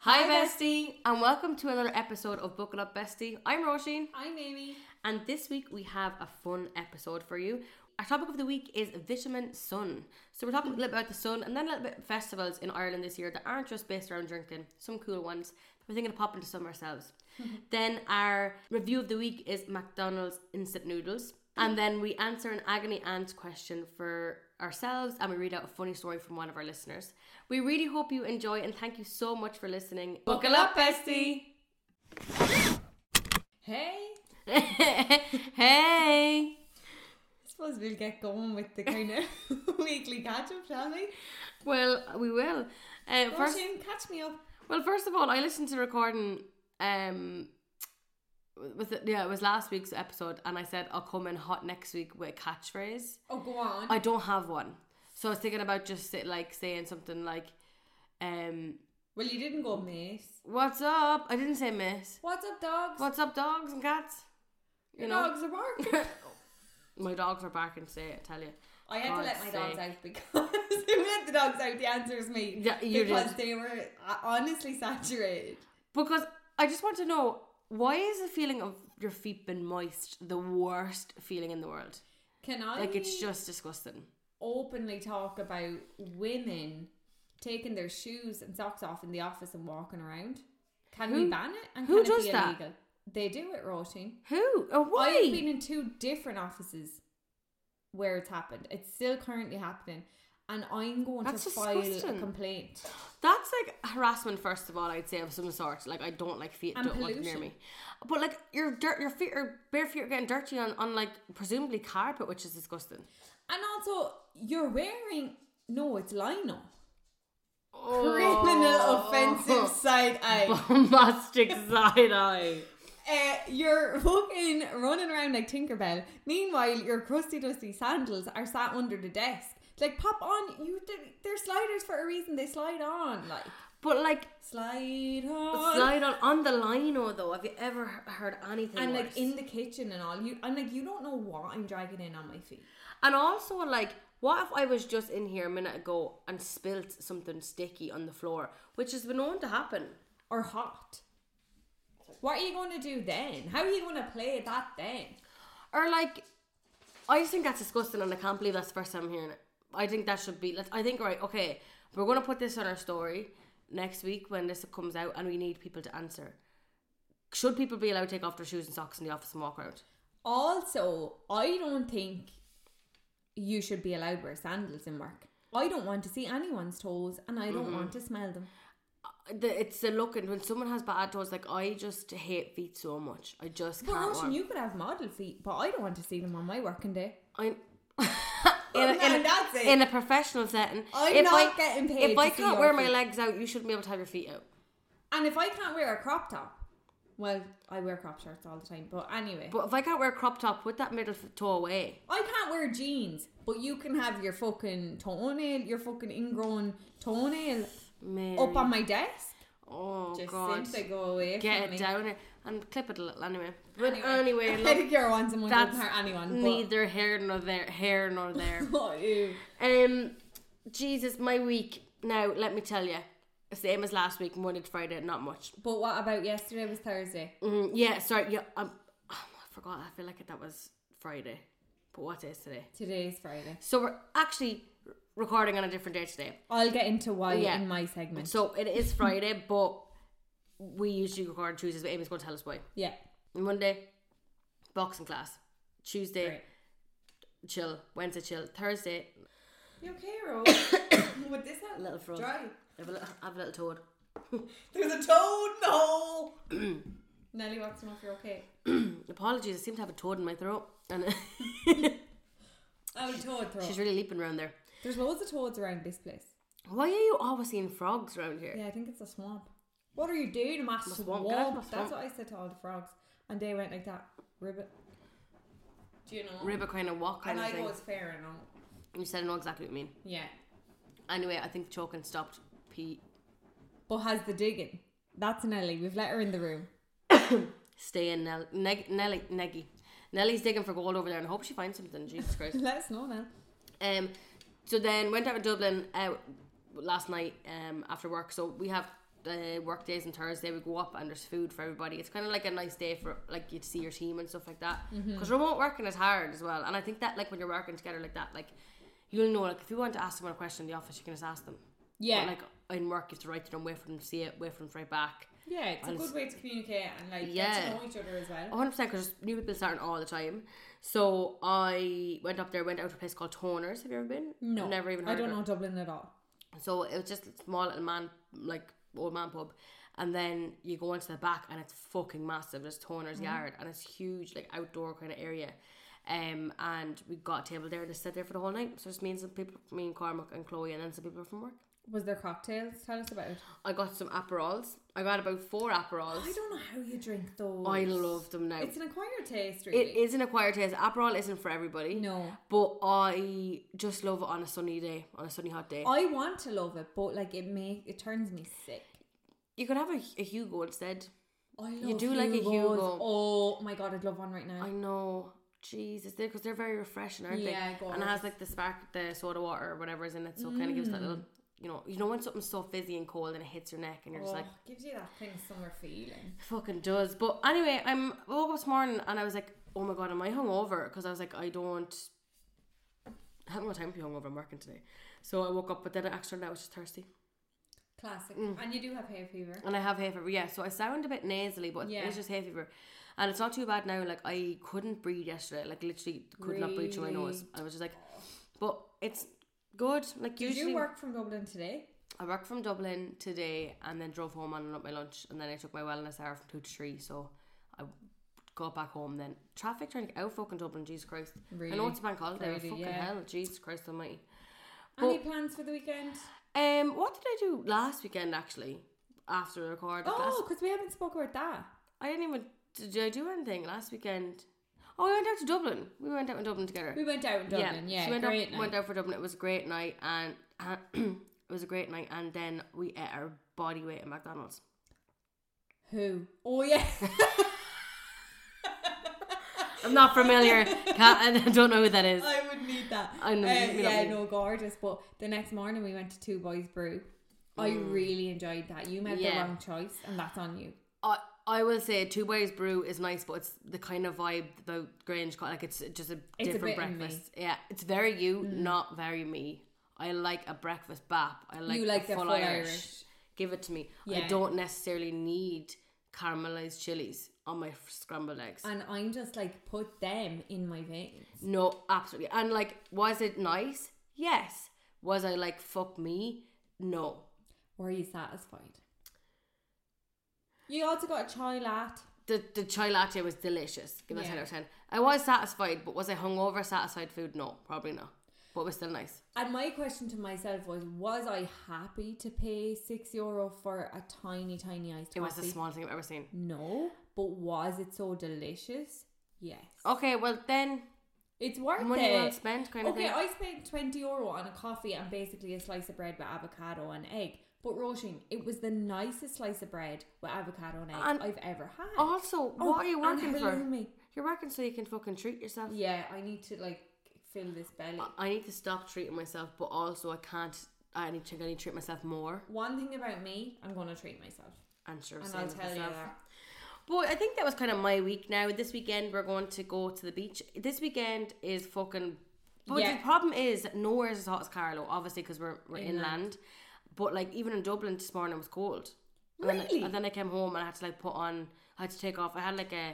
Hi, bestie, and welcome to another episode of Buckle Up Bestie. I'm Roisin, I'm Amy. and this week we have a fun episode for you. Our topic of the week is vitamin sun. So we're talking a little bit about the sun, and then a little bit of festivals in Ireland this year that aren't just based around drinking. Some cool ones. We're thinking of popping to some ourselves. then our review of the week is McDonald's instant noodles, and then we answer an agony aunt question for ourselves, and we read out a funny story from one of our listeners. We really hope you enjoy, and thank you so much for listening. Buckle up, bestie. Hey, hey! I suppose we'll get going with the kind of weekly catch up, shall we? Well, we will. Uh, first, Roisin, catch me up. well, first of all, I listened to the recording. Um, was it, yeah, it was last week's episode, and I said I'll come in hot next week with a catchphrase. Oh, go on. I don't have one, so I was thinking about just sit, like saying something like, um, well, you didn't go miss. "What's up?" I didn't say miss. What's up, dogs? What's up, dogs and cats? You Your know, dogs are barking. my dogs are barking today. I tell you. I had to God's let my dogs sake. out because who let the dogs out? The answer is me. Yeah, you because did. they were uh, honestly saturated. Because I just want to know why is the feeling of your feet being moist the worst feeling in the world? Can I Like it's just disgusting. openly talk about women taking their shoes and socks off in the office and walking around. Can Who- we ban it? And who can does it be that? illegal? They do it, Roisin. Who or I've why? been in two different offices where it's happened. It's still currently happening. And I'm going That's to file disgusting. a complaint. That's like harassment, first of all. I'd say of some sort. Like I don't like feet. And don't want them near me. pollution. But like your dirt, your feet are bare feet are getting dirty on on like presumably carpet, which is disgusting. And also, you're wearing no, it's lino. Oh. Criminal offensive side eye. Bombastic side eye. Uh, you're fucking running around like Tinkerbell. Meanwhile, your crusty dusty sandals are sat under the desk. Like pop on, you they're, they're sliders for a reason. They slide on, like But like slide on, slide on on the lino though. Have you ever he- heard anything? and worse? like in the kitchen and all. You and like you don't know what I'm dragging in on my feet. And also, like, what if I was just in here a minute ago and spilt something sticky on the floor, which has been known to happen? Or hot. What are you going to do then? How are you going to play that then? Or like, I just think that's disgusting, and I can't believe that's the first time I'm hearing it. I think that should be. Let's. I think right. Okay, we're gonna put this on our story next week when this comes out, and we need people to answer. Should people be allowed to take off their shoes and socks in the office and walk around? Also, I don't think you should be allowed wear sandals in work. I don't want to see anyone's toes and I don't want to smell them. The, it's the look, and when someone has bad toes, like I just hate feet so much. I just But can't. Roshan, walk. you could have model feet, but I don't want to see them on my working day. I in a, in, now a, that's it. in a professional setting. I'm not getting paid If I to see can't your wear my feet. legs out, you shouldn't be able to have your feet out. And if I can't wear a crop top, well, I wear crop shirts all the time. But anyway, But if I can't wear a crop top, put that middle f- toe away. I can't wear jeans, but you can have your fucking toenail, your fucking ingrown toenail Mary. up on my desk. oh Just god, since they go away get from me. it down here and clip it a little anyway. But anyway, look, pedicure ones and one that's doesn't hurt anyone. But, neither here nor there. Here nor there. Oh, ew. um, Jesus, my week. Now let me tell you, same as last week, Monday to Friday, not much. But what about yesterday was Thursday? Mm, yeah, sorry. Yeah, um, oh, I forgot. I feel like that was Friday. But what day is today? Today is Friday. So we're actually recording on a different day today. I'll get into why Yeah. in my segment. So it is Friday, but we usually record on Tuesdays. But Amy's going to tell us why. yeah. Monday, boxing class. Tuesday, Great. chill. Wednesday, chill. Thursday, You okay, Rose? Would this help? Little froze. Dry. I have a little, I have a little toad. There's a toad in the hole. Nelly wants to know if you're okay. Apologies, I seem to have a toad in my throat, and Oh, a toad throw. she's really leaping around there. There's loads of toads around this place. Why are you always seeing frogs around here? Yeah, I think it's a swamp. What are you doing in my swamp, swamp? get out of my swamp. That's what I said to all the frogs, and they went like that. Ribbit. Do you know? River kind of walk kind and of I thing. was fair enough. You said I know exactly what you mean. Yeah. Anyway, I think choking stopped Pete But has the digging? That's Nelly. We've let her in the room. staying Nell- Neg- Nelly Neggy. Nelly's digging for gold over there and I hope she finds something. Jesus Christ. Let us know now. Um, so then went out to Dublin uh, last night um, after work. So we have uh, work days and Thursday we go up and there's food for everybody. It's kind of like a nice day for like you to see your team and stuff like that. Mm-hmm. Because remote working is hard as well, and I think that like when you're working together like that, like you'll know like if you want to ask someone a question in the office, you can just ask them. But, Yeah. like in work, you have to write to them, wait for them to see it, wait for them to write back. yeah, it's a and good way to communicate and like get Yeah. to know each other as well. 100% because new people starting all the time. So I went up there, went out to a place called Toners. Have you ever been? No, I've never even I heard don't of it. know Dublin at all. So it was just a small little man, like old man pub. And then you go into the back and it's fucking massive. There's Toner's Mm. Yard and it's huge, like outdoor kind of area. Um, and we got a table there and just sat there for the whole night. So it's me and some people, me and Cormac and Chloe, and then some people from work. Was there cocktails? Tell us about it. I got some Aperols. I got about four Aperols. I don't know how you drink those. I love them now. It's an acquired taste, really. It is an acquired taste. Aperol isn't for everybody. No. But I just love it on a sunny day, on a sunny hot day. I want to love it, but like it may it turns me sick. You could have a, a Hugo instead. I love do like a Hugos. Hugo. Oh my god, I'd love one right now. I know. Jesus, because they're very refreshing, aren't Yeah, they? And it gorgeous. has like the spark, the soda water or whatever is in it, so it kind of gives that Mm. little, you know, you know when something's so fizzy and cold and it hits your neck and you're oh, just like, gives you that kind of summer feeling. fucking does. But anyway, I'm I woke up this morning and I was like, oh my god, am I hungover? Because I was like, I don't. I haven't got time to be hungover. I'm working today, so I woke up. But then I actually turned out I was just thirsty, Classic. Mm. And you do have hay fever. and I have hay fever. Yeah, so I sound a bit nasally, but Yeah. it's just hay fever, and it's not too bad now. Like I couldn't breathe yesterday. Like literally could not breathe through my nose. Really? I was just like, but it's good. Like Did usually, you work from Dublin today? I worked from Dublin today, and then drove home and up my lunch, and then I took my wellness hour from two to three. So I got back home. Then traffic trying to get out fucking Dublin. Jesus Christ! I know Really it's a bank holiday. but crazy, fucking yeah. hell, Jesus Christ Almighty. Any plans for the weekend? Um, what did I do last weekend actually? After the record, Like, last Oh, because we haven't spoke about that. I didn't even. Did I do anything last weekend? Oh, we went out to Dublin. We went out in Dublin together. We went out in Dublin. Yeah, she went great out, night. went out for Dublin. It was a great night, and it was a great night. And then we ate our body weight at McDonald's. Who? Oh yeah. I'm not familiar. Can't, I don't know who that is. I would need that. I know, Uh, you know yeah, me. no, gorgeous. But the next morning we went to Two Boys Brew. I really enjoyed that. You made the Mm. Yeah. wrong choice, and that's on you. I I will say Two Boys Brew is nice, but it's the kind of vibe that Grange got. Like it's just a It's a different bit in me. Mm. breakfast. Yeah, it's very you, not very me. I like a breakfast bap. I like You a like the full, full Irish. Irish. Give it to me. Yeah. I don't necessarily need caramelized chilies on my f- scrambled eggs. And I'm just like, put them in my veins. no, absolutely. And like, was it nice? Yes. Was I like fuck me? No. Were you satisfied? You also got a chai latte. the the chai latte was delicious. Give it Yeah. a ten out of ten. I was satisfied, but was I hungover satisfied food? No, probably not. But it was still nice. And my question to myself was, was I happy to pay six euro for a tiny, tiny iced It was the coffee? smallest thing I've ever seen. no, but was it so delicious? Yes. Okay, well then It's worth money it. well spent kind of okay, thing. I spent 20 euro on a coffee and basically a slice of bread with avocado and egg. But Roisin, it was the nicest slice of bread with avocado and egg And- I've ever had. also, Oh, what are you and working for? halloumi. You're working so you can fucking treat yourself. Yeah, I need to like fill this belly. I- I need to stop treating myself, but also I can't. I need to, I need to treat myself more. One thing about me, I'm gonna treat myself, And sure, and same I'll with tell you myself. that. But I think that was kind of my week. Now this weekend we're going to go to the beach. This weekend is fucking. But Yeah. the problem is nowhere is as hot as Carlo, obviously, because we're we're inland. But like even in Dublin this morning it was cold. And then- Really? and then I came home and I had to like put on. I had to take off. I had like a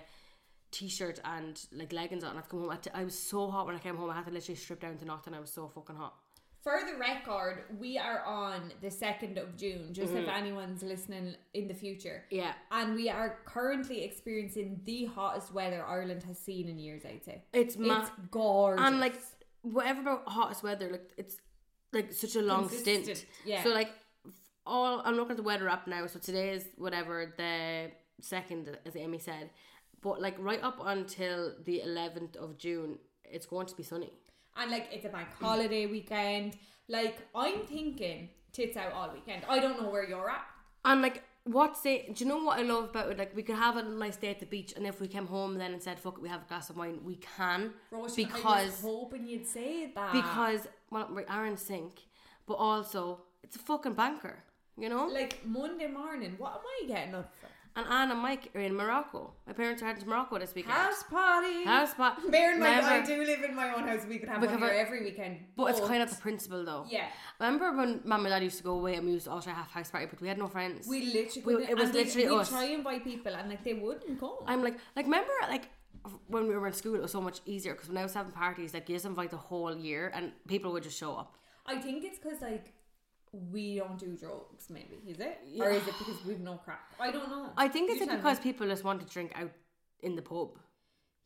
t-shirt and like leggings on. I had to come home. I, had to- I was so hot when I came home. I had to literally strip down to nothing. I was so fucking hot. For the record, we are on the second of June. Just Mm-hmm. if anyone's listening in the future. Yeah. And we are currently experiencing the hottest weather Ireland has seen in years, I'd say. It's ma- It's gorgeous. and like whatever about hottest weather like it's like such a long stint Consistent, yeah. so like f- all i'm looking at the weather app now so today is whatever the second as amy said but like right up until the 11th of june it's going to be sunny and like it's a bank holiday weekend. Like I'm thinking tits out all weekend. I don't know where you're at. and like what's it do you know what i love about it like we could have a nice day at the beach and if we came home then and said fuck it we have a glass of wine we can Roisin, I was because hoping you'd say that. because well we are in sync but also it's a fucking banker you know? Like Monday morning, what am I getting up for? and Anne and Mike are in Morocco. My parents are heading to Morocco this weekend. House party. House pa- Bear in mind, I Remember- do live in my own house. We could have We one could here have- every weekend. But it's kind of the principle though. yeah. Remember when mum and dad used to go away and we used to all try to have house party, but we had no friends. We literally We- couldn't- it was and literally we, we us. try and buy people and like they wouldn't come. I'm like, like remember like when we were in school, it was so much easier because when I was having parties, like you just invite the whole year and people would just show up. I think it's because like we don't do drugs, maybe is it, or is it because we've no crack? I don't know. I think You it's tell because me. people just want to drink out in the pub.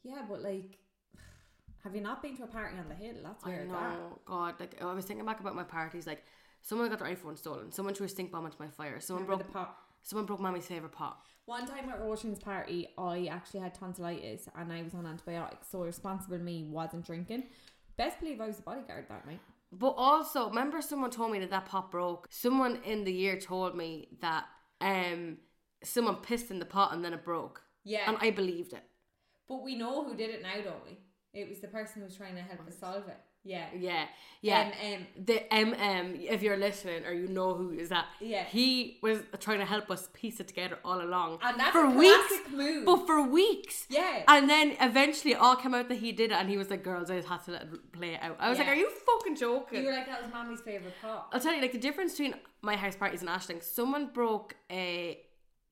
yeah, but like, have you not been to a party on the hill? That's where I it's know, at. God. Like I was thinking back about my parties. Like someone got their iPhone stolen. Someone threw a stink bomb into my fire. Someone Remember broke. the pop. someone broke Mammy's favorite pot. One time at Roshan's party, I actually had tonsillitis and I was on antibiotics, so responsible me wasn't drinking. Best believe I was a bodyguard that night. But also, remember someone told me that that pot broke. Someone in the year told me that um someone pissed in the pot and then it broke. Yeah. And I believed it. But we know who did it now, don't we? It was the person who was trying to help us solve it. Yeah. Yeah, yeah. Um, um, the MM, if you're listening or you know who is that, Yeah. he was trying to help us piece it together all along And that's for a weeks, classic move. but for weeks, Yeah. And then eventually, it all came out that he did it, and he was like, "Girls, I just had to let it play it out." I was Yeah. like, "Are you fucking joking?" you were like, that was mommy's favourite pot. I'll tell you, like the difference between my house parties and Ashling's. Someone broke a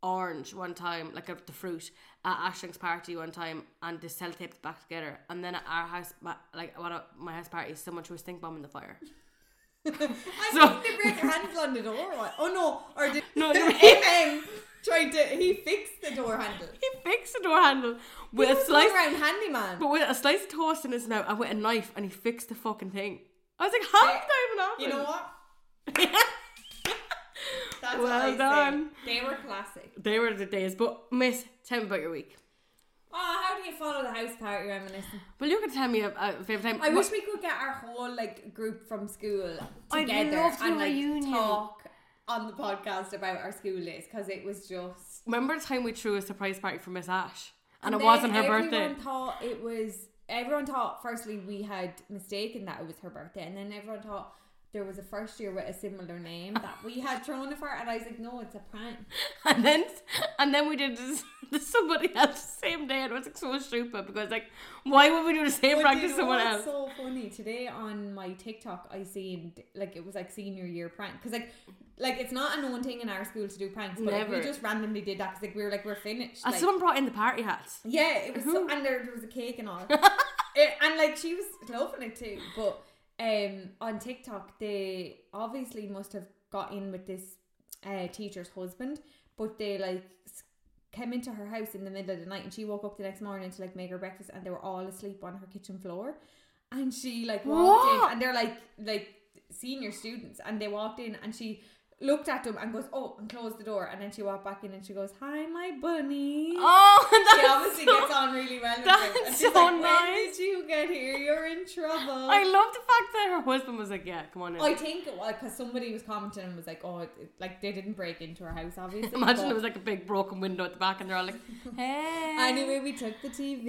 orange one time, like a, the fruit at Ashling's party one time, and they self taped it back together. And then at our house, my, like one of my house parties, someone threw a stink bomb in the fire. I So- think they break their hands on the door. or what? Oh no, or did No, no. him tried to, he fixed the door handle. He fixed the door handle with He a was slice, going around handyman. but with a slice of toast in his mouth, and with a knife, and he fixed the fucking thing. I was like, "How did that even happen?" you know what? That's Well what I say. done. They were classic. They were the days, but Miss, tell me about your week. Oh, how do you follow the house party reminiscing? Well, you can tell me a, a favorite time. I What- wish we could get our whole like group from school I'd together love to do and a like reunion. talk on the podcast about our school days because it was just. Remember the time we threw a surprise party for Miss Ash and, it Then wasn't her birthday? Everyone thought it was. Everyone thought firstly we had mistaken that it was her birthday, and then everyone thought. There was a first year with a similar name that we had thrown of her, and I was like, "No, it's a prank." And then and then we did this, this somebody else the same day and it was like so stupid because like why would we do the same But practice you to know someone what's else? So funny today on my TikTok, I seen like it was like senior year prank because like like it's not a known thing in our school to do pranks, but like, we Never. just randomly did that because like we were like we're finished. and like- someone brought in the party hats. yeah, it was so, Who? and there, there was a cake and all, It- and like she was loving it too. But um, on TikTok, they obviously must have got in with this uh, teacher's husband, but they like s- came into her house in the middle of the night, and she woke up the next morning to like make her breakfast, and they were all asleep on her kitchen floor, and she like walked in, What? and they're like like senior students, and they walked in, and she. Looked at them and goes, oh, and closed the door, and then she walked back in and she goes, "Hi, my bunny." Oh, She that's obviously so- gets on really well. With that's him. And so she's like, When nice. did you get here? You're in trouble. I love the fact that her husband was like, "Yeah, come on in." I think it was because somebody was commenting and was like, "Oh, it, it- like they didn't break into her house, obviously." Imagine but- it was like a big broken window at the back, and they're all like, "Hey." Anyway, we took the TV,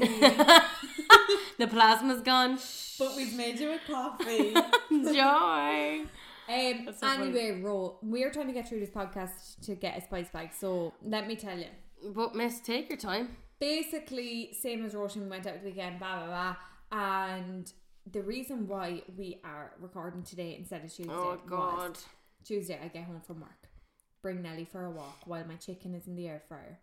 the plasma's gone. but we've made you a coffee. Joy. Um, That's so funny. anyway, Ro, we're trying to get through this podcast to get a spice bag. So let me tell you. But Miss, take your time. basically same as Roshan we went out the weekend blah blah blah and the reason why we are recording today instead of Tuesday Oh was God. Tuesday I get home from work bring Nelly for a walk while my chicken is in the air fryer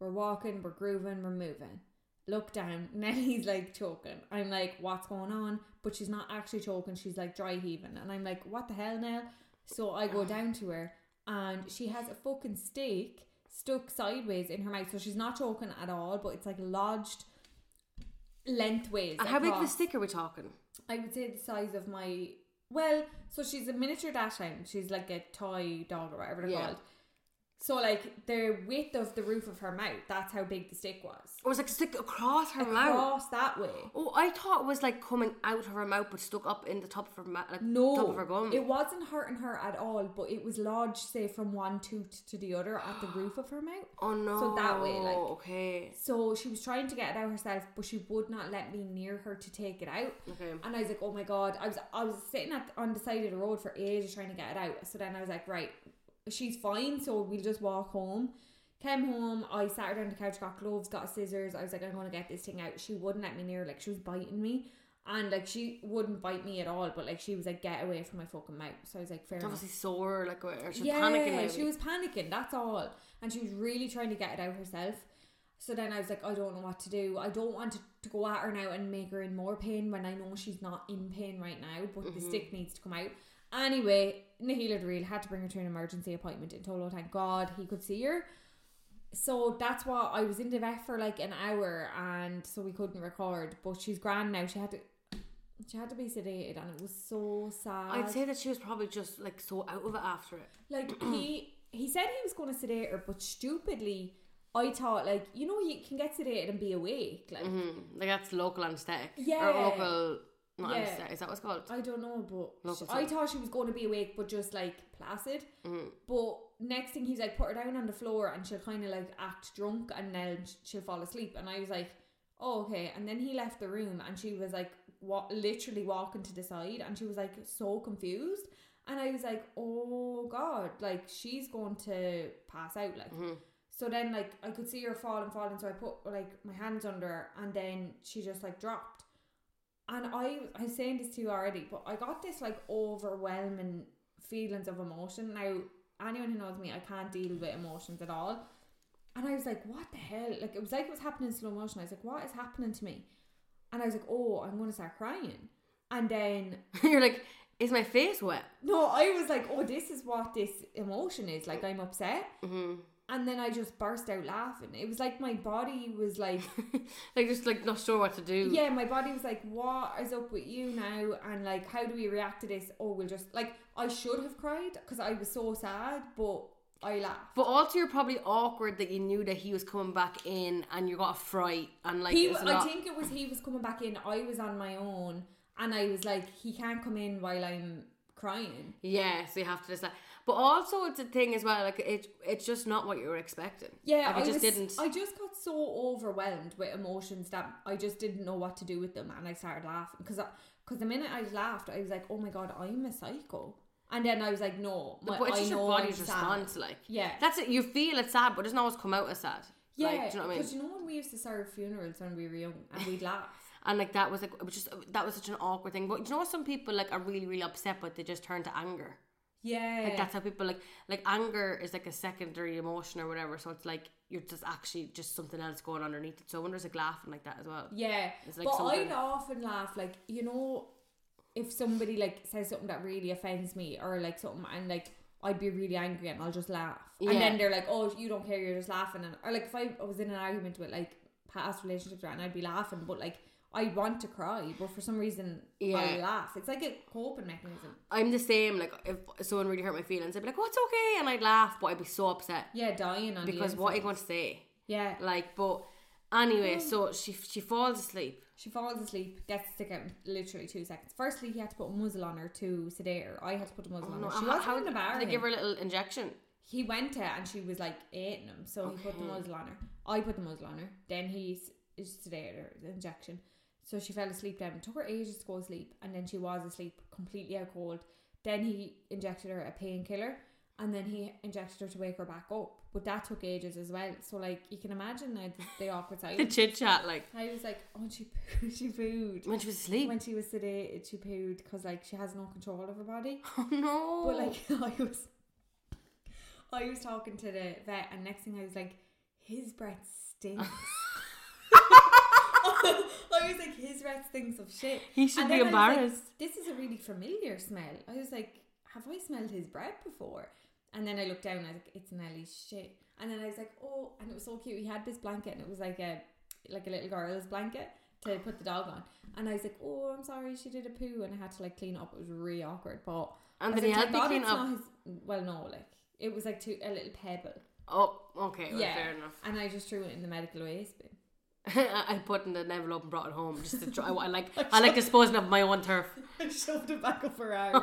we're walking we're grooving we're moving look down Nelly's like choking I'm like what's going on but she's not actually choking she's like dry heaving and I'm like what the hell Nell so I go down to her and she has a fucking steak stuck sideways in her mouth so she's not choking at all but it's like lodged lengthways And How big of a across. stick are we talking? I would say the size of my well, so she's a miniature dachshund. She's like a toy dog or whatever they're Yeah. called. So like the width of the roof of her mouth, that's how big the stick was. It was like stick across her mouth. Across that way. Oh, I thought it was like coming out of her mouth, but stuck up in the top of her mouth, like top No, of her gum. it wasn't hurting her at all, but it was lodged, say, from one tooth to the other at the roof of her mouth. oh no! So that way, like- okay, So she was trying to get it out herself, but she would not let me near her to take it out. okay. And I was like, oh my god, I was I was sitting at on the side of the road for ages trying to get it out. So then I was like, right, she's fine, so we'll just walk home. Came home, I sat her down on the couch, got gloves, got scissors. I was like, I'm gonna get this thing out. She wouldn't let me near, her, like she was biting me. And like she wouldn't bite me at all, but like she was like, get away from my fucking mouth. So I was like, fair It's enough. obviously sore, like or she's panicking. Maybe. She was panicking, that's all. And she was really trying to get it out herself. So then I was like, I don't know what to do. I don't want to, to go at her now and make her in more pain when I know she's not in pain right now, but the stick needs to come out. Anyway, Nahila Dareel had to bring her to an emergency appointment in Tolo. Thank God he could see her. So that's why I was in the vet for like an hour and so we couldn't record. But she's grand now. She had to she had to be sedated and it was so sad. I'd say that she was probably just like so out of it after it. Like he he said he was going to sedate her, but stupidly, I thought like you know you can get sedated and be awake. Like Mm, like that's local anesthetic. Mm-hmm. Yeah. Or local. Not Yeah. anesthetic. Is that what it's called? I don't know, but Look, she- it's I like- thought she was going to be awake, but just like placid. Mm-hmm. But next thing he's like put her down on the floor and she'll kind of like act drunk and then sh- she'll fall asleep. And I was like, oh okay. And then he left the room and she was like wa- literally walking to the side and she was like so confused. And I was like, oh god, like she's going to pass out, like. Mm-hmm. So then, like, I could see her fall and fall, and so I put like my hands under her, and then she just like dropped. And I, I was saying this to you already, but I got this like overwhelming feelings of emotion. Now, anyone who knows me, I can't deal with emotions at all. And I was like, what the hell? Like, it was like it was happening in slow motion. I was like, what is happening to me? And I was like, oh, I'm going to start crying. And then You're like, is my face wet? no, I was like, oh, this is what this emotion is. Like, I'm upset. Mm-hmm. And then I just burst out laughing. It was like my body was like, like just like not sure what to do. yeah, my body was like, what is up with you now? And like, how do we react to this? Oh, we'll just, like, I should have cried because I was so sad, but I laughed. But also, you're probably awkward that you knew that he was coming back in, and you got a fright, and like He, it's wa- not- I think it was he was coming back in. I was on my own. And I was like, he can't come in while I'm crying. Yeah, so you have to decide. But also, it's a thing as well. Like it, it's just not what you were expecting. Yeah, like, it I just was, didn't. I just got so overwhelmed with emotions that I just didn't know what to do with them, and I started laughing because because the minute I laughed, I was like, "Oh my god, I'm a psycho," and then I was like, "No, my, but it's I just your know body's I'm sad. response. Like Yeah. that's it. You feel it's sad, but it doesn't always come out as sad. Yeah, like, do you know what I mean? Because you know when we used to serve funerals when we were young, and we'd laugh. And like that was like it was just that was such an awkward thing. But do you know what? Some people like are really really upset, but they just turn to anger. Yeah, Like that's how people like like anger is like a secondary emotion or whatever. So it's like you're just actually just something else going underneath it. So I wonder is like laughing like that as well. Yeah. It's like but something- I'd often laugh, like, you know, if somebody like says something that really offends me or like something and like I'd be really angry and I'll just laugh. Yeah. And then they're like, Oh, you don't care, you're just laughing and or like if I was in an argument with like past relationships and I'd be laughing, but like I want to cry, but for some reason I Yeah. laugh. It's like a coping mechanism. I'm the same. Like if someone really hurt my feelings, I'd be like, "Oh, it's okay," and I'd laugh, but I'd be so upset Yeah, dying on the because what are you inside. going to say? Yeah. Like, but anyway, Mm. so she she falls asleep. She falls asleep, gets the stick out in literally two seconds. Firstly, he had to put a muzzle on her to sedate her. I had to put a muzzle on her. Oh, She Oh, how- wasn't how- in a bar. They give her a little injection. he went to it and she was like eating him. So he put the muzzle on her. I put the muzzle on her. Then he s- is sedated her the injection. So she fell asleep then. It took her ages to go to sleep and then she was asleep, completely out cold. Then he injected her a painkiller and then he injected her to wake her back up. But that took ages as well. So like you can imagine now the, the awkward The silence. chit chat, like I was like, oh, she pooed, she pooed. when she was asleep. When she was sedated, she pooed because like she has no control of her body. oh no! But like I was I was talking to the vet and next thing I was like, his breath stinks. I was like, his breath stinks of shit. He should And be then I was like, embarrassed. this is a really familiar smell. I was like, have I smelled his breath before? And then I looked down and I was like, it's Nellie's shit. And then I was like, oh, and it was so cute. He had this blanket and it was like a like a little girl's blanket to put the dog on. And I was like, oh, I'm sorry, she did a poo and I had to like clean up. It was really awkward, but and then I was he like, had "Thank to God clean it's up. not his- well, no, like it was like two, a little pebble, Oh, okay. Well, Yeah. fair enough. and I just threw it in the medical waste bin. I put in an envelope and brought it home just to try. I like I like disposing of my own turf. I shoved it back up her arm.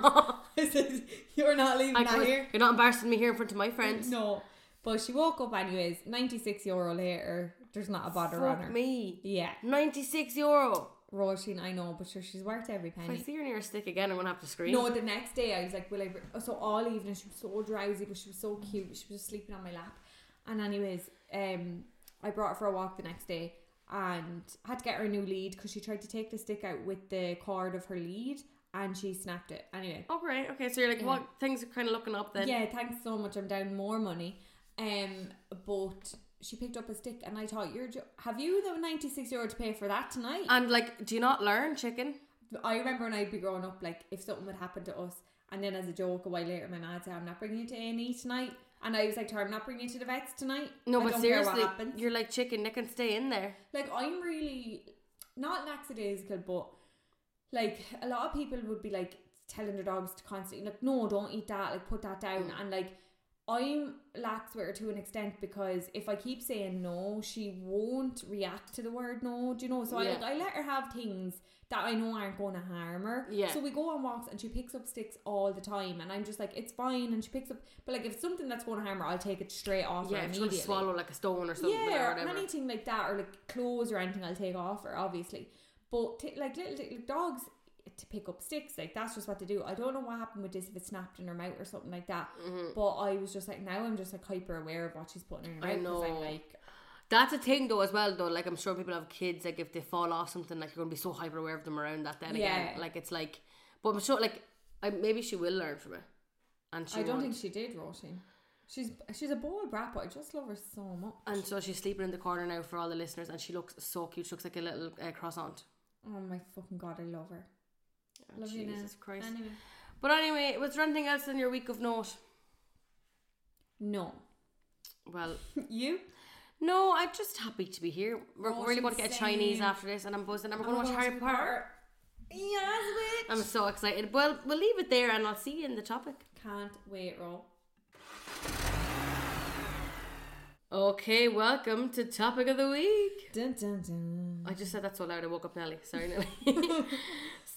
I said, "You're not leaving I that was- here." You're not embarrassing me here in front of my friends. No, but she woke up anyways. Ninety six euro later, there's not a bother on her. Fuck me. Yeah, 96 euro. Roisin, I know, but sure, she's worth every If I penny. see her near a stick again, I'm gonna have to scream. No, the next day I was like, will I? br- oh, So all evening she was so drowsy, but she was so cute. She was just sleeping on my lap. And anyways, um, I brought her for a walk the next day and had to get her a new lead because she tried to take the stick out with the cord of her lead and she snapped it. Anyway, Oh great. Okay, so you're like, Yeah. what things are kind of looking up then? yeah, thanks so much. I'm down more money. Um, but she picked up a stick and I thought, you're jo- have you the 96 euro to pay for that tonight? And like, do you not learn, chicken? I remember when I'd be growing up, like if something would happen to us, and then as a joke, a while later, my mad said, "I'm not bringing you to A and E tonight," and I was like, to her, "I'm not bringing you to the vets tonight." No, I but don't seriously, care what happens. you're like chicken. They can stay in there. like I'm really not lackadaisical, but like a lot of people would be like telling their dogs to constantly like, "No, don't eat that," like put that down, Mm. and like. I'm lax with her to an extent because if I keep saying no, she won't react to the word no. Do you know? So I Yeah. like I let her have things that I know aren't going to harm her. Yeah. So we go on walks and she picks up sticks all the time, and I'm just like, it's fine. And she picks up, but like if it's something that's going to harm her, I'll take it straight off Yeah, her if you immediately. swallow like a stone or something yeah, or or whatever. anything like that, or like clothes or anything, I'll take off her obviously. But t- like little, little dogs to pick up sticks, like that's just what they do. I don't know what happened with this if it snapped in her mouth or something like that. Mm-hmm. But I was just like, now I'm just like hyper aware of what she's putting in her I mouth. 'cause know. I'm like, That's a thing though as well though. Like I'm sure people have kids. Like if they fall off something, like you're gonna be so hyper aware of them around that. Then again, Yeah. like it's like, but I'm sure like I, maybe she will learn from it. And she I don't won't. think she did, Roisin. She's she's a bold brat, but I just love her so much. And so she's sleeping in the corner now for all the listeners, and she looks so cute. She looks like a little uh, croissant. Oh my fucking god, I love her. Oh, Love you, Nan. Jesus Christ. Anyway. But anyway, was there anything else in your week of note? No. Well, you? no, I'm just happy to be here. We're Oh, really going to she's get a Chinese same. after this, and I'm buzzing, and we're going to watch Harry Potter. Yes, bitch. I'm so excited. Well, we'll leave it there, and I'll see you in the topic. Can't wait, Ro. Okay, welcome to topic of the week. Dun, dun, dun. I just said that so loud I woke up Nelly. Sorry, Nelly.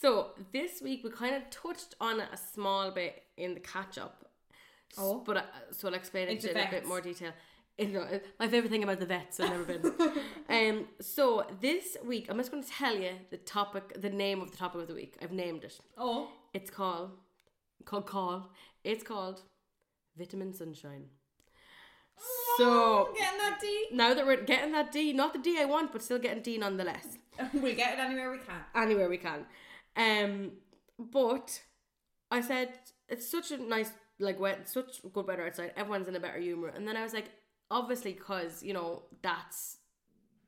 so this week we kind of touched on it a small bit in the catch up. Oh. but uh, so I'll explain it It's the in a bit vets. more detail. You know, uh, my favorite thing about the vets I've never been. um, so this week I'm just going to tell you the topic, the name of the topic of the week. I've named it. Oh. It's called called call. It's called Vitamin Sunshine. So Oh, getting that D. now that we're getting that D, not the D I want, but still getting D nonetheless. we'll get it anywhere we can. Anywhere we can. Um, but I said it's such a nice, like wet, such good weather outside. Everyone's in a better humor, and then I was like, obviously, because you know that's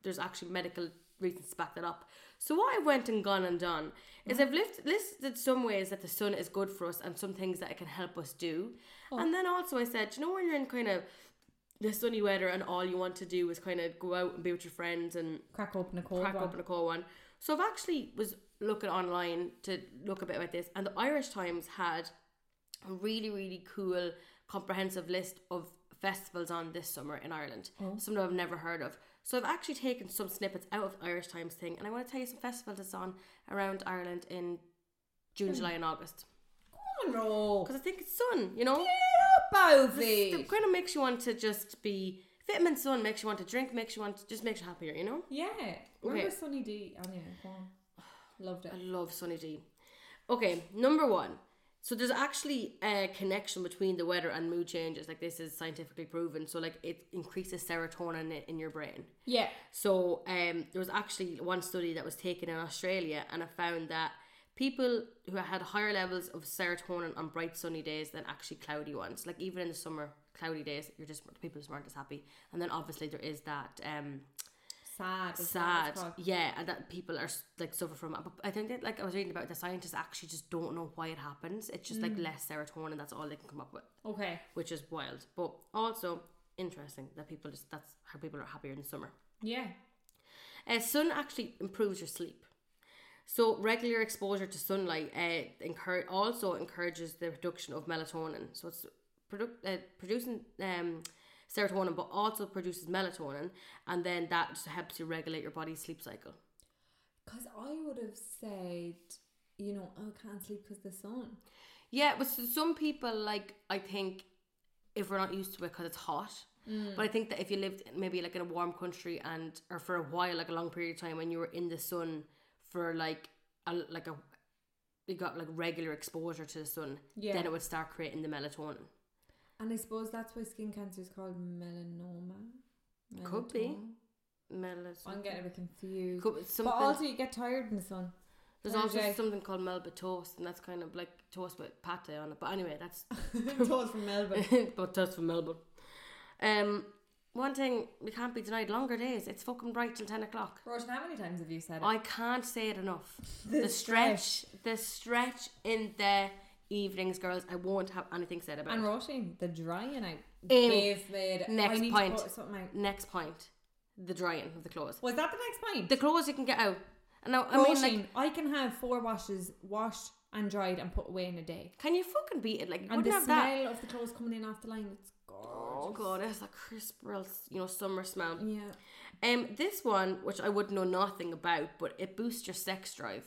there's actually medical reasons to back that up. So what I went and gone and done is I've list, listed some ways that the sun is good for us and some things that it can help us do. And then also I said, you know when you're in kind of the sunny weather and all you want to do is kind of go out and be with your friends and Crack open a cold crack one. open a cold one. So I've actually was looking online to look a bit about this, and the Irish Times had a really really cool comprehensive list of festivals on this summer in Ireland. Some that I've never heard of. So I've actually taken some snippets out of the Irish Times thing, and I want to tell you some festivals that's on around Ireland in June, July, and August Come on, Ro. because I think it's sun. You know. Get up, Bovie. It kind of makes you want to just be vitamin sun makes you want to drink makes you want to just makes you happier you know yeah. Remember Okay. Sunny D? Anyway, go on. Loved it. I love Sunny D. Okay, number one. So there's actually a connection between the weather and mood changes. Like this is scientifically proven. So like it increases serotonin i- in your brain. Yeah. So um, there was actually one study that was taken in Australia, and it found that people who had higher levels of serotonin on bright sunny days than actually cloudy ones. Like even in the summer, cloudy days, you're just people just weren't as happy. And then obviously there is that um, Sad. is that sad it's called? yeah and that people are like suffer from it but i think that like i was reading about it, the scientists actually just don't know why it happens it's just like less serotonin that's all they can come up with Okay. which is wild but also interesting that people just that's how people are happier in the summer Yeah. uh, sun actually improves your sleep so regular exposure to sunlight uh, encour- also encourages the production of melatonin so it's produ- uh, producing um, serotonin but also produces melatonin and then that just helps you regulate your body's sleep cycle Because I would have said, you know, oh, I can't sleep because the sun. Yeah, but s- some people like I think if we're not used to it because it's hot. But I think that if you lived maybe like in a warm country and or for a while, like a long period of time, and you were in the sun for like a like a you got like regular exposure to the sun, Yeah. then it would start creating the melatonin. and I suppose that's why skin cancer is called melanoma. Could be. Melanoma? Melatonin. I'm getting a bit confused. Co- something, But also, you get tired in the sun. there's also Okay. something called Melba toast, and that's kind of like toast with pate on it. But anyway, that's Told from Melbourne. but that's from Melbourne. Um, one thing we can't be denied: longer days. It's fucking bright till ten o'clock. Roshan, how many times have you said it? I can't say it enough. the stretch, the stretch in the evenings, girls. I won't have anything said about. And it. Roshan, the drying out. In Dave made. I next need point. To put something out. Next point: the drying of the clothes. Was that the next point? The clothes you can get out. And now I mean, Roshan, like, I can have four washes washed and dried and put away in a day. can you fucking beat it? Like, you And wouldn't the have smell that. of the clothes coming in off the line, it's gorgeous. Oh god, it's a crisp, real, you know, summer smell. Yeah. Um, this one, which I would know nothing about, but it boosts your sex drive.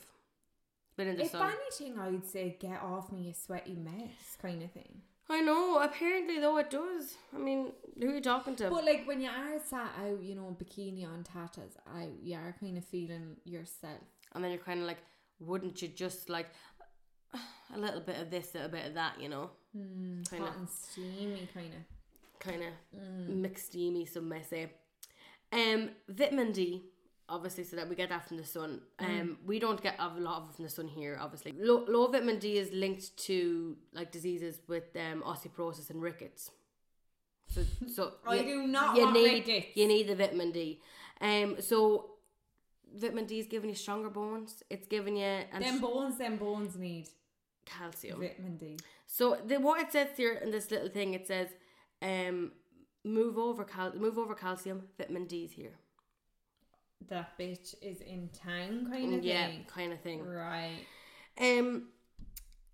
Been in the If sun. anything, I'd say get off me, you sweaty mess kind of thing. I know. Apparently, though, it does. I mean, who are you talking to? But like when you are sat out, you know, bikini on tatas out, you are kind of feeling yourself. and then you're kind of like, wouldn't you just like a little bit of this, a little bit of that, you know? Mm, Kinda. hot and steamy, kind of. Kind of mixed steamy, some may say. Um, vitamin D, obviously, so that we get that from the sun. Mm. Um, we don't get a lot of it from the sun here, obviously. Low, low vitamin D is linked to like diseases with um, osteoporosis and rickets. So, so I you- do not you want need rickets. you need the vitamin D. Um, so vitamin D is giving you stronger bones. It's giving you and Them bones, them bones need calcium. vitamin D. So the what it says here in this little thing, it says, um, move over cal- move over calcium, vitamin D's here. That bitch is in town, kind of Oh, Yeah, thing. kind of thing. Right. Um,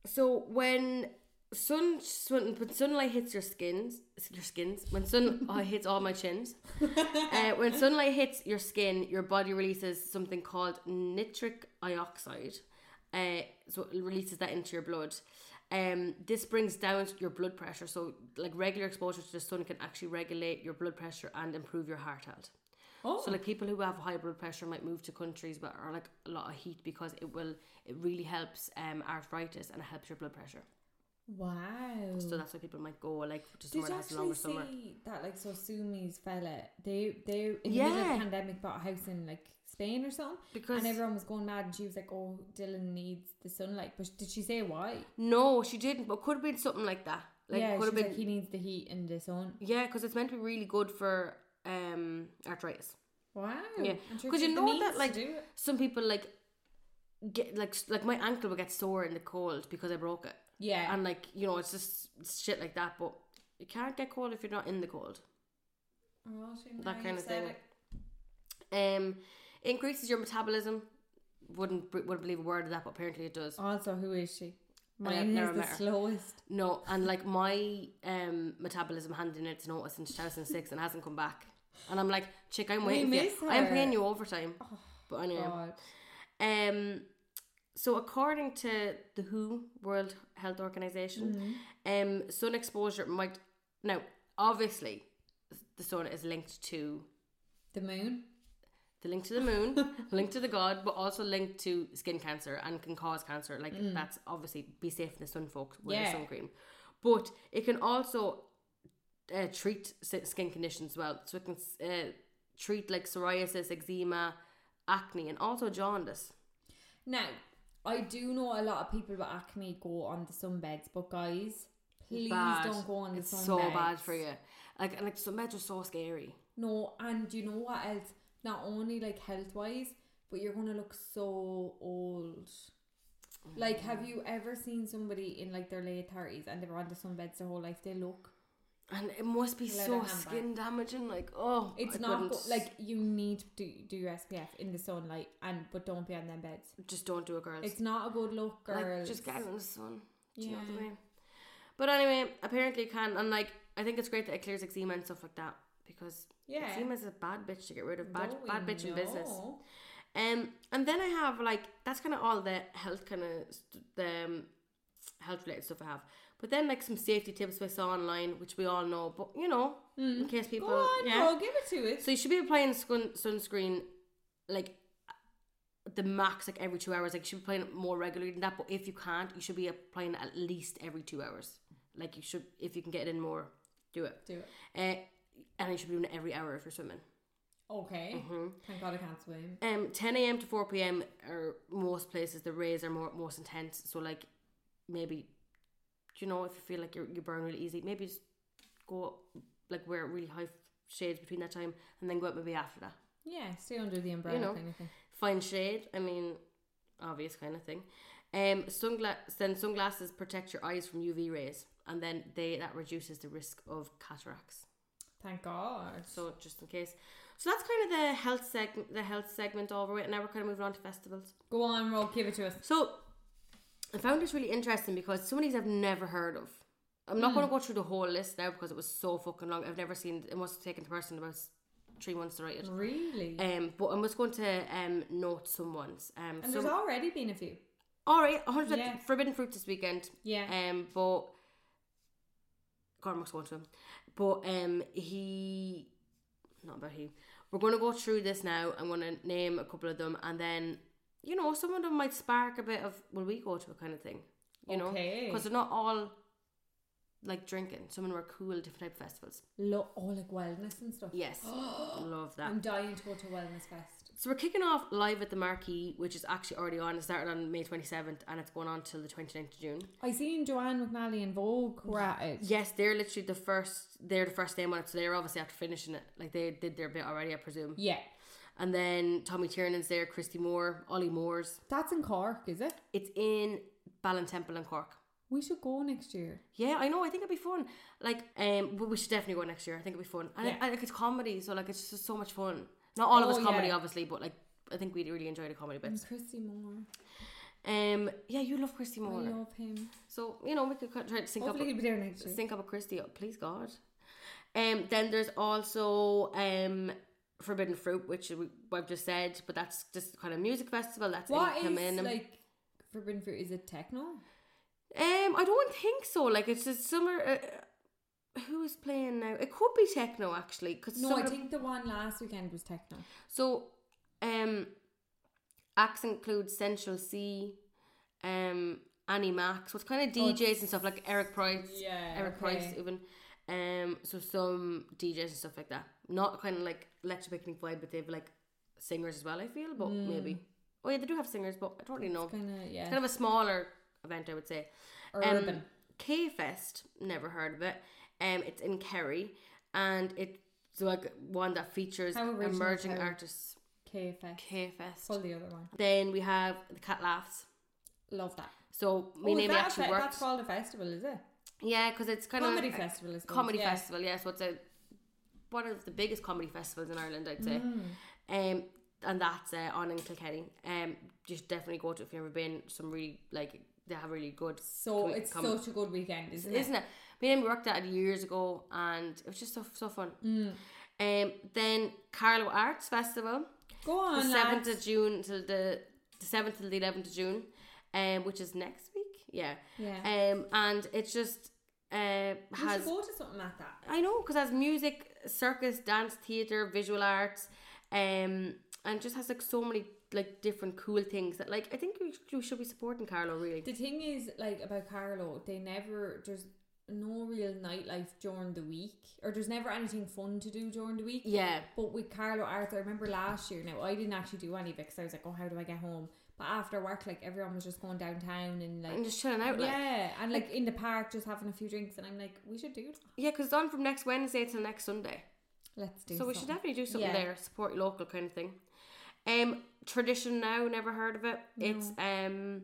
so when sun, sun when sunlight hits your skins, your skins when sun oh, it hits all my chins, uh, when sunlight hits your skin, your body releases something called nitric oxide. Uh, so it releases that into your blood. Um, this brings down your blood pressure. So like regular exposure to the sun can actually regulate your blood pressure and improve your heart health. Oh, So like people who have high blood pressure might move to countries where are like a lot of heat because it will it really helps um arthritis and it helps your blood pressure. wow. So that's why people might go like to Did somewhere you that has a Mm. actually longer see summer. that? Like, so Sumi's fella, they they in the middle of Yeah. the pandemic bought a house in like Spain or something, Because and everyone was going mad, and she was like, "Oh, Dylan needs the sunlight," but did she say why? no, she didn't, but could have been something like that. Like yeah, could she's have been like, he needs the heat and the sun. Yeah, because it's meant to be really good for um arthritis. Wow. Yeah. And she 'Cause you did the know means that, to like- do it. Some people like get like s- like my ankle will get sore in the cold because I broke it, yeah, and like you know it's just shit like that. But you can't get cold if you're not in the cold. Oh, she- that now kind of you said thing. it. Um, it increases your metabolism. Wouldn't br- wouldn't believe a word of that, but apparently it does. Also, who is she? I have Mine never is the met her. slowest. No, and like my um metabolism hadn't in its notice since 2006 and hasn't come back. And I'm like, chick, I'm We waiting. for you. miss I'm her. paying you overtime. Oh, but anyway, God. Um, so according to the WHO World Health Organization, Mm-hmm. um, sun exposure might now obviously the sun is linked to The moon. the link to the moon, linked to the god, but also linked to skin cancer and can cause cancer. Like that's obviously be safe in the sun, folks. Wear Mm. Yeah. sun cream, but it can also uh, treat s- skin conditions as well. So it can uh, treat like psoriasis, eczema, acne, and also jaundice. Now, I do know a lot of people with acne go on the sunbeds, but guys, please bad. don't go on the it's sunbeds. so bad for you. Like and like some meds are so scary. No, and you know what else? Not only like health wise, but you're gonna look so old. Like, have you ever seen somebody in like their late thirties and they were on the sunbeds their whole life? They look. And it must be Let it so hand skin damaging. Like oh, It's I not go- couldn't- like you need to do, do your SPF in the sunlight, and but don't be on them beds. just don't do it, girls. It's not a good look, girl. Like, just get out in the sun. Do you know what Yeah. I mean? But anyway, apparently it can and like I think it's great that it clears eczema and stuff like that because Yeah. eczema is a bad bitch to get rid of. Bad No, we bad bitch in business. know. Um, and then I have like that's kind of all the health kind of st- the um, health related stuff I have. But then like some safety tips I saw online, which we all know, but you know, in case people, Mm-hmm. Mm. Go on, yeah. girl, give it to us. So you should be applying sun sunscreen like the max like every two hours. Like you should be playing it more regularly than that. But if you can't, you should be uh, playing it at least every two hours. Like you should, if you can get it in more, do it. Do it. Uh, and you should be doing it every hour if you're swimming. Mm-hmm. Okay. uh-huh. Thank God I can't swim. Um, 10 a.m. to 4 p.m. are most places the rays are more most intense. So like maybe, do you know if you feel like you you burn really easy, maybe just go like wear really high shades between that time and then go out maybe after that. Yeah, stay under the umbrella know. kind of thing. Find shade. I mean, obvious kind of thing. Um, sungla- then sunglasses protect your eyes from UV rays, and then they that reduces the risk of cataracts. Thank God. So just in case. So that's kind of the health segment. The health segment over with. Now we're kind of moving on to festivals. Go on, Rob, give it to us. So I found this really interesting because some of these I've never heard of. I'm not Hmm. going to go through the whole list now because it was so fucking long. I've never seen it. Must have taken the person about s- three months to write Hmm. it. Really? Um, but I'm just going to um note some ones. Um, and some, there's already been a few. all right, 100 Yeah. forbidden fruit this weekend. Yeah. Um, but Cormac's going to him. But um, he not about he. We're going to go through this now. I'm going to name a couple of them, and then you know some of them might spark a bit of will we go to a kind of thing, you know? Okay. because they're not all like drinking. Some of them are cool, different type of festivals. Lo- oh, like wellness and stuff. Yes, love that. I'm dying to go to a wellness fest. So we're kicking off live at the Marquee, which is actually already on. It started on May 27th, and it's going on till the 29th of June. I seen Joanne McNally and Vogue were at it. Yes, they're literally the first. They're the first name on it, so they're obviously after finishing it. Like they did their bit already, I presume. Yeah. And then Tommy Tiernan's there, Christy Moore, Ollie Moore's. That's in Cork, is it? It's in Ballantemple in Cork. We should go next year. Yeah, I know. I think it'd be fun. Like, um, we we should definitely go next year. I think it'd be fun. And Yeah. I, I, like it's comedy, so like it's just so much fun. Not all of Oh, it's comedy, yeah. obviously, but like I think we'd really enjoy the comedy And bits. Christy Moore. Um, yeah, you love Christy Moore, I love him. so you know we could try to sync up. Oh, Hopefully he'll be there next year. Think of a Christie, oh, please God. Um, then there's also um Forbidden Fruit, which we, I've just said, but that's just kind of music festival. That's What in is Kilmainham. like Forbidden Fruit? Is it techno? Um, I don't think so. Like it's just summer. Uh, who is playing now? It could be techno actually, because No, I think the one last weekend was techno. so. Um, acts include Sensual C, um, Annie Max. So it's kind of Oh, DJs and stuff like Eric Price. Yeah, Eric Price even. Um, so some DJs and stuff like that. Not kind of like electric picnic vibe, but they've like singers as well. I feel, but Hmm. maybe. Oh yeah, they do have singers, but I don't really know. Kind of yeah. Kind um, of a smaller event, I would say. Urban. K Fest, never heard of it. Um, it's in Kerry, and it's like one that features How original emerging Kerry. artists. K Fest. K Fest. Pull the other one. Then we have the Cat Laughs. Love that. So me and Oh, is Amy that a actually fe- worked. That's called a festival, is it? Yeah, because it's kind Comedy of festival is comedy yeah. festival. Yeah, so it's a one of the biggest comedy festivals in Ireland, I'd say. Mm. Um, and that's uh, on in Kilkenny. Um, just definitely go to it if you've never been. Some really like they have really good, So Com- it's com- such a good weekend, isn't it? isn't it? Me and him worked at it years ago, and it was just so so fun. Mm. Um, then Carlo Arts Festival, Go the on, seventh lads. of June till the the seventh till the eleventh of June, um, which is next week. Yeah. Yeah. Um, and it's just uh we has should go to something like that. I know because has music, circus, dance, theater, visual arts, um, and just has like so many like different cool things that like I think we, sh- we should be supporting Carlo really. The thing is, like about Carlo, they never there's no real nightlife during the week, or there's never anything fun to do during the week. Yeah, But with Carlo Arthur, I remember last year. Now I didn't actually do any of it because I was like, oh, how do I get home? But after work, like everyone was just going downtown and like. and just chilling out. like. yeah, and like in the park, just having a few drinks, and I'm like, we should do that. yeah, because it's on from next Wednesday till next Sunday, Let's do. so we should something. definitely do something Yeah. there, support your local kind of thing. Um, tradition now, never heard of it. It's um,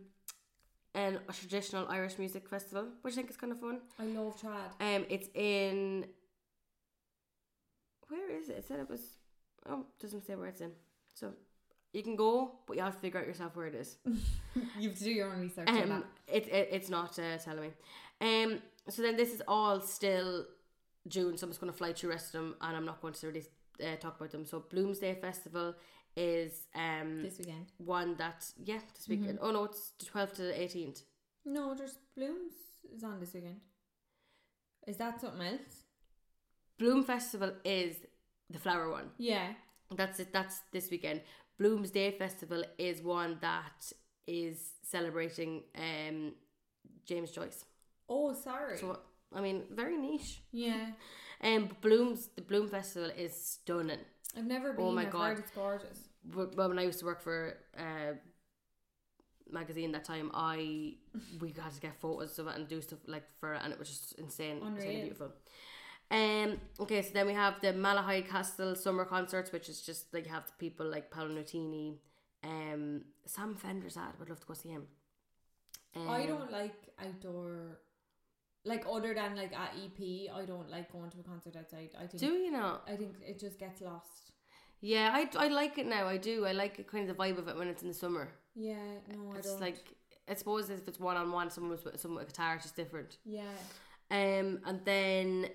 an a traditional Irish music festival, which I think is kind of fun. I love trad. Um, it's in. Where is it? It said it was. Oh, it doesn't say where it's in. So you can go, but you have to figure out yourself where it is. You have to do your own research. on that. Um, it, it it's not uh, telling me. Um, so then this is all still June. So I'm just going to fly through the rest of them, and I'm not going to really uh, talk about them. So Bloomsday Festival is um This Mm-hmm. weekend. one that yeah this weekend. Oh no, it's the 12th to the 18th. No, there's blooms is on this weekend. Is that something else? Bloom Festival is the flower one. Yeah. That's it. That's this weekend. Bloomsday Festival is one that is celebrating um James Joyce. Oh, sorry. So I mean, very niche. yeah, Um, but Blooms the Bloom Festival is stunning. I've never been. Oh my I've God. heard it's gorgeous. But but when I used to work for uh magazine that time, I we had to get photos of it and do stuff like for it, and it was just insane, insanely Unreal. beautiful. Um. Okay, so then we have the Malahide Castle summer concerts, which is just like you have people like Paolo Nutini, um, Sam Fender's ad. Would love to go see him. Um, I don't like outdoor, like other than like at EP. I don't like going to a concert outside. I think Do you know? I think it just gets lost. Yeah, I, I like it now. I do. I like it, kind of the vibe of it when it's in the summer. Yeah, no, I it's don't. like I suppose if it's one on one, someone with someone with a guitar, it's just different. yeah, Um, and then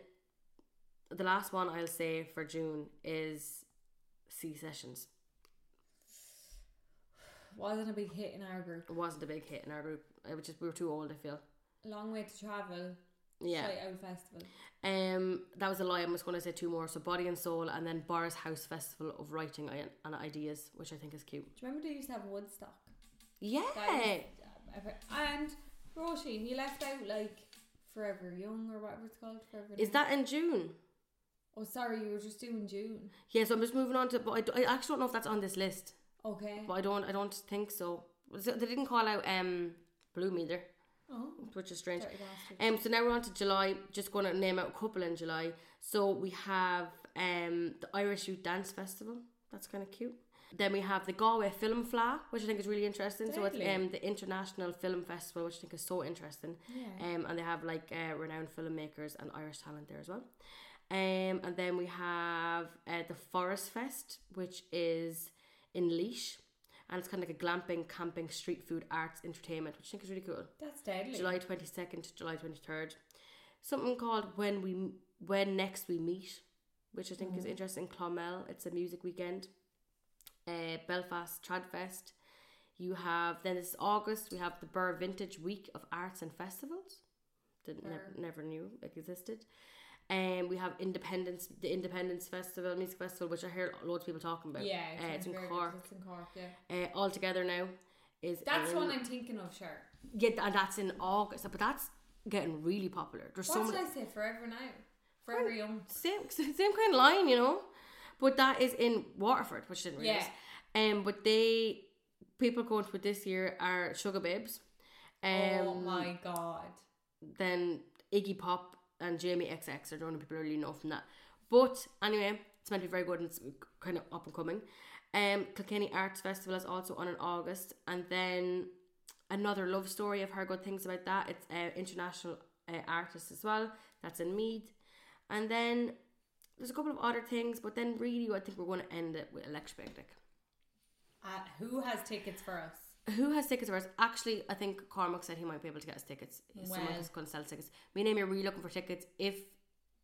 the last one I'll say for June is C sessions. wasn't a big hit in our group. It wasn't a big hit in our group. It was just we were too old. I feel. Long way to travel. Yeah. Shout out festival. Um, that was a lie. I'm just going to say two more. So Body and Soul, and then Boris House Festival of Writing I- and Ideas, which I think is cute. Do you remember they used to have Woodstock? Yeah. That was, and Roisin, you left out like Forever Young or whatever it's called. Forever. Is Young. that in June? Oh, sorry, you were just doing June. Yeah. So I'm just moving on to. But I, d- I actually don't know if that's on this list. Okay. But I don't. I don't think so. Was it- They didn't call out um Bloom either, Oh, which is strange. dirty bastard. Um, so now we're on to July. Just going to name out a couple in July. So we have um the Irish Youth Dance Festival. That's kind of cute. Then we have the Galway Film Fla, which I think is really interesting. So Deadly. it's um the International Film Festival, which I think is so interesting. yeah. Um, and they have like uh, renowned filmmakers and Irish talent there as well. Um, and then we have uh, the Forest Fest, which is in Leash, and it's kind of like a glamping, camping, street food, arts, entertainment, which I think is really cool. That's deadly. July twenty second to July twenty third. Something called when we when next we meet, which I think Mm. is interesting. Clonmel, it's a music weekend. Uh, Belfast Tradfest. You have then this is August. We have the Burr Vintage Week of Arts and Festivals. Didn't never, Burr. never knew it existed. And um, we have Independence, the Independence Festival, music festival, which I hear loads of people talking about. Yeah, uh, it's sounds in very good, Cork. It's in Cork, yeah. Uh, all together now is That's in- one I'm thinking of, sure. yeah, th- and that's in August, but that's getting really popular. There's so What did many I say? Forever now. Forever young. same same kind of line, you know. But that is in Waterford, which I didn't realize. Um, but they people going for this year are Sugar Babes, um, oh my god. then Iggy Pop and Jamie XX are the only people I really know from that. But anyway, it's meant to be very good and it's kind of up and coming. Um, Kilkenny Arts Festival is also on in August, and then another love story. I've heard good things about that. It's uh, international uh, artist as well. That's in Mead, and then there's a couple of other things. But then really, I think we're going to end it with Electric Picnic. Uh, who has tickets for us? Who has tickets for us? Actually, I think Cormac said he might be able to get us tickets. Someone Well. who's going to sell tickets. Me and Amy are really looking for tickets. If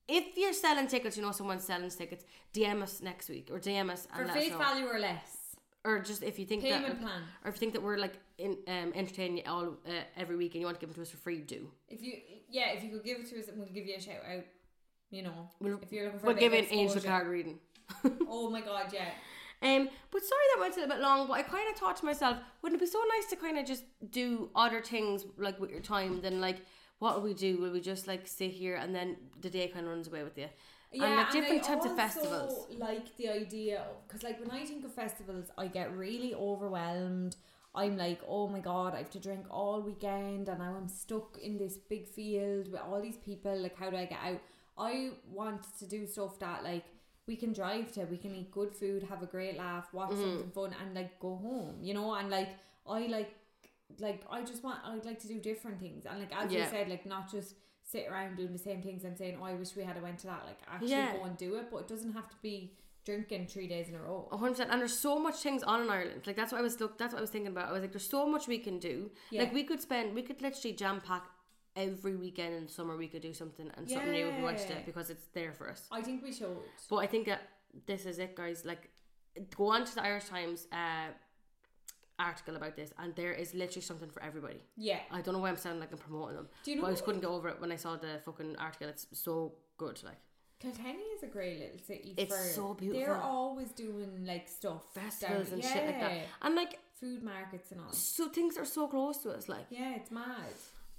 if you're selling tickets, you know someone's selling tickets. DM us next week or DM us and For let us face know. value or less. or just if you think that Payment plan. or if you think that we're like in um entertaining you all uh, every week and you want to give them to us for free, do. If you, yeah, if you could give it to us, and we'll give you a shout out. You know, We'll- if you're looking for, a We're bit of giving angel exposure. card reading. Oh my god, yeah. Um, but sorry that went a little bit long. But I kind of thought to myself, wouldn't it be so nice to kind of just do other things like with your time than like what will we do? Will we just like sit here and then the day kind of runs away with you? Yeah, and like different I types of also festivals. Like the idea of because, like, when I think of festivals, I get really overwhelmed. I'm like, oh my god, I have to drink all weekend, and now I'm stuck in this big field with all these people. Like, how do I get out? I want to do stuff that like we can drive to, we can eat good food, have a great laugh, watch Mm. something fun, and like go home. You know, and like I like like I just want I'd like to do different things, and like as you Yeah. said, like not just sit around doing the same things and saying, oh, I wish we had a went to that. Like actually Yeah. go and do it, but it doesn't have to be drinking three days in a row. A hundred percent. And there's so much things on in Ireland. Like that's what I was look. That's what I was thinking about. I was like, there's so much we can do. Yeah. Like we could spend. We could literally jam pack every weekend in the summer. We could do something and something new if we wanted to Yeah. because it's there for us. I think we should. But I think that this is it, guys. Like, go on to the Irish Times uh, article about this, and there is literally something for everybody. Yeah. I don't know why I'm sounding like I'm promoting them. Do you know but I what just couldn't get over it when I saw the fucking article. It's so good. Like, Kilkenny is a great little city. It's for, so beautiful. They're always doing like stuff, down- festivals and shit like that. And like, food markets and all. so things are so close to us, like. Yeah, it's mad.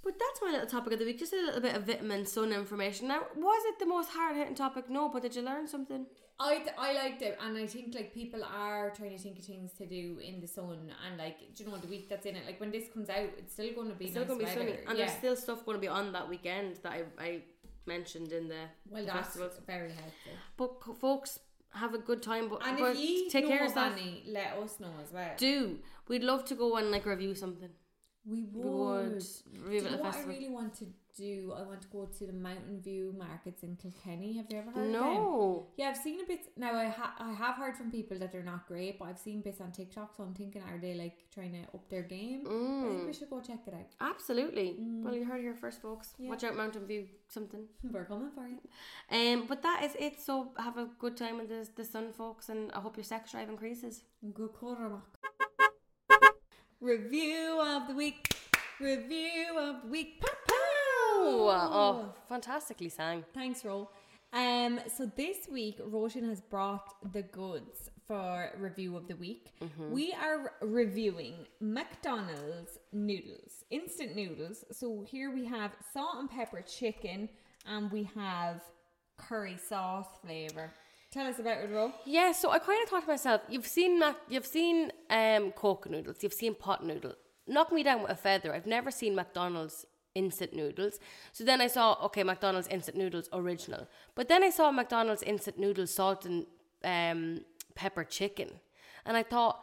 But that's my little topic of the week. Just a little bit of vitamin sun information. Now, was it the most hard hitting topic? No, but did you learn something? I, th- I liked it, and I think like people are trying to think of things to do in the sun, and like do you know the week that's in it. Like when this comes out, it's still going to be It's still nice going to be sunny, weather. and yeah. there's still stuff going to be on that weekend that I, I mentioned in the well, that's festivals. very helpful. But co- folks, have a good time. But, And but if you take know care of of yourself. any, let us know as well. Do we'd love to go and like review something. We we would Do review you it at know the what I festival. really want to do? I want to go to the Mountain View markets in Kilkenny. Have you ever heard of them? no, Yeah, I've seen a bit. Now I ha- I have heard from people that they're not great, but I've seen bits on TikTok. So I'm thinking, are they like trying to up their game? I Mm. think we should go check it out. absolutely. Well, you heard it here first, folks. Mm. Yeah. Watch out, Mountain View something. We're coming for you. Um, but that is it. So have a good time in the the sun, folks, and I hope your sex drive increases. Good quarter Review of the week. Review of the week. Pow, pow. oh, fantastically sang. Thanks, Ro. Um, so this week, Roshan has brought the goods for review of the week. Mm-hmm. We are reviewing McDonald's noodles, instant noodles. So here we have salt and pepper chicken, and we have curry sauce flavor. Tell us about it, Ro. Yeah, so I kind of thought to myself, you've seen mac, you've seen um, Coke noodles, you've seen pot noodle. Knock me down with a feather. I've never seen McDonald's instant noodles. So then I saw, okay, McDonald's instant noodles original. But then I saw McDonald's instant noodles salt and um, pepper chicken, and I thought,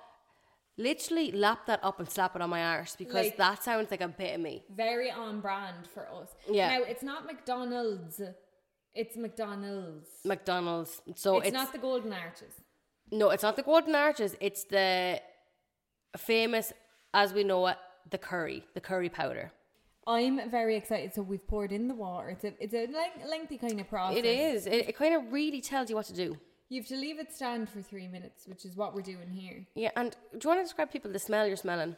literally lap that up and slap it on my arse because Like- that sounds like a bit of me. Very on brand for us. Yeah. Now it's not McDonald's. It's McDonald's. McDonald's. So it's, it's, not the Golden Arches. no, it's not the Golden Arches. It's the famous, as we know it, the curry, the curry powder. I'm very excited. So we've poured in the water. It's a it's a leng- lengthy kind of process. It is. It, it kind of really tells you what to do. You have to leave it stand for three minutes, which is what we're doing here. Yeah, and do you want to describe people the smell you're smelling?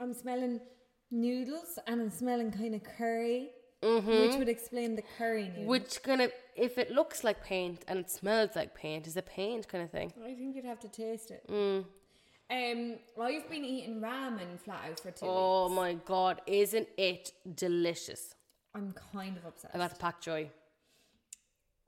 I'm smelling noodles and I'm smelling kind of curry, which would explain the curry noodle. Mm-hmm. Which kind of, if it looks like paint and it smells like paint, is it paint kind of thing? I think you'd have to taste it. Mm. Um, I've been eating ramen flat out for two. weeks. Oh my god, isn't it delicious? I'm kind of obsessed. I got the pak joy.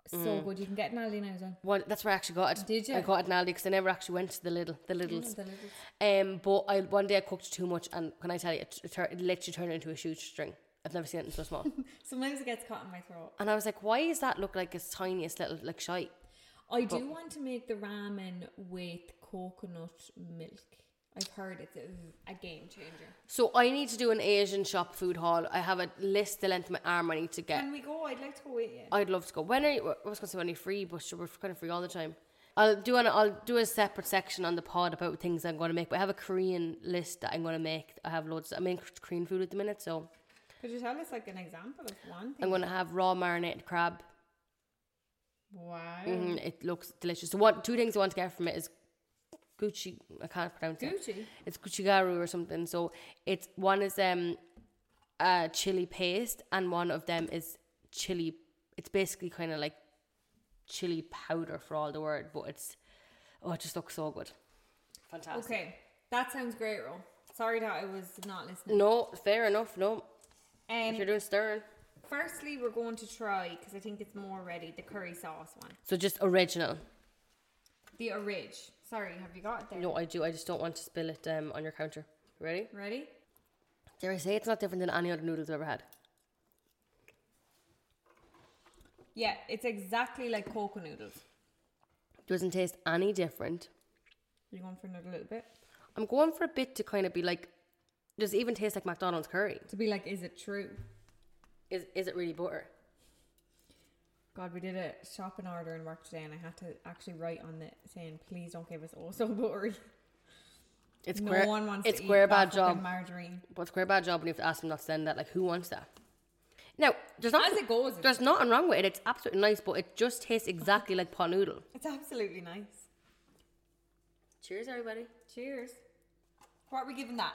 so mm. good. You can get an Aldi now as well. Well, that's where I actually got it. Did you? I got it in Aldi because I never actually went to the little, the littles. The Lidl's. Um, but I one day I cooked too much, and can I tell you, it, it, tur- it literally turned into a shoestring. I've never seen it so small. Sometimes it gets caught in my throat. and I was like, why does that look like its tiniest little like shite? I do want to make the ramen with coconut milk. I've heard it's a, a game changer. So I need to do an Asian shop food haul. I have a list the length of my arm I need to get. Can we go? I'd like to go with you. I'd love to go. When are you? I was going to say when are you free, but sure, we're kind of free all the time. I'll do an I'll do a separate section on the pod about things I'm going to make. But I have a Korean list that I'm going to make. I have loads. I'm in Korean food at the minute, so Could you tell us like an example of one I'm going to have raw marinated crab. Wow. Mm, it looks delicious. So what two things I want to get from it is Gucci. I can't pronounce it. Gucci. It's Guccigaru or something. So it's one is um a chili paste and one of them is chili. It's basically kind of like chili powder for all the word, but it's oh, it just looks so good. Fantastic. Okay, that sounds great, Ro. Sorry that I was not listening. No, fair enough. No, if you're Um, doing stirring, firstly, we're going to try because I think it's more ready the curry sauce one, so just original. the orig. Sorry, have you got it there? No, I do. I just don't want to spill it um on your counter. Ready? Ready? Dare I say it's not different than any other noodles I've ever had. Yeah, it's exactly like cocoa noodles. doesn't taste any different. You're going for another little bit I'm going for a bit to kind of be like, does it even taste like McDonald's curry? to be like, is it true? Is is it really butter? God, we did a shopping order in work today, and I had to actually write on it saying, "Please don't give us also buttery." It's no queer. one wants it's to eat queer that bad fucking job. Margarine. but it's queer bad job, and you have to ask them not to send that. Like, who wants that? Now, there's not As it goes, it's, there's nothing wrong with it. It's absolutely nice, but it just tastes exactly like pot noodle. it's absolutely nice. Cheers, everybody. Cheers. What are we giving that?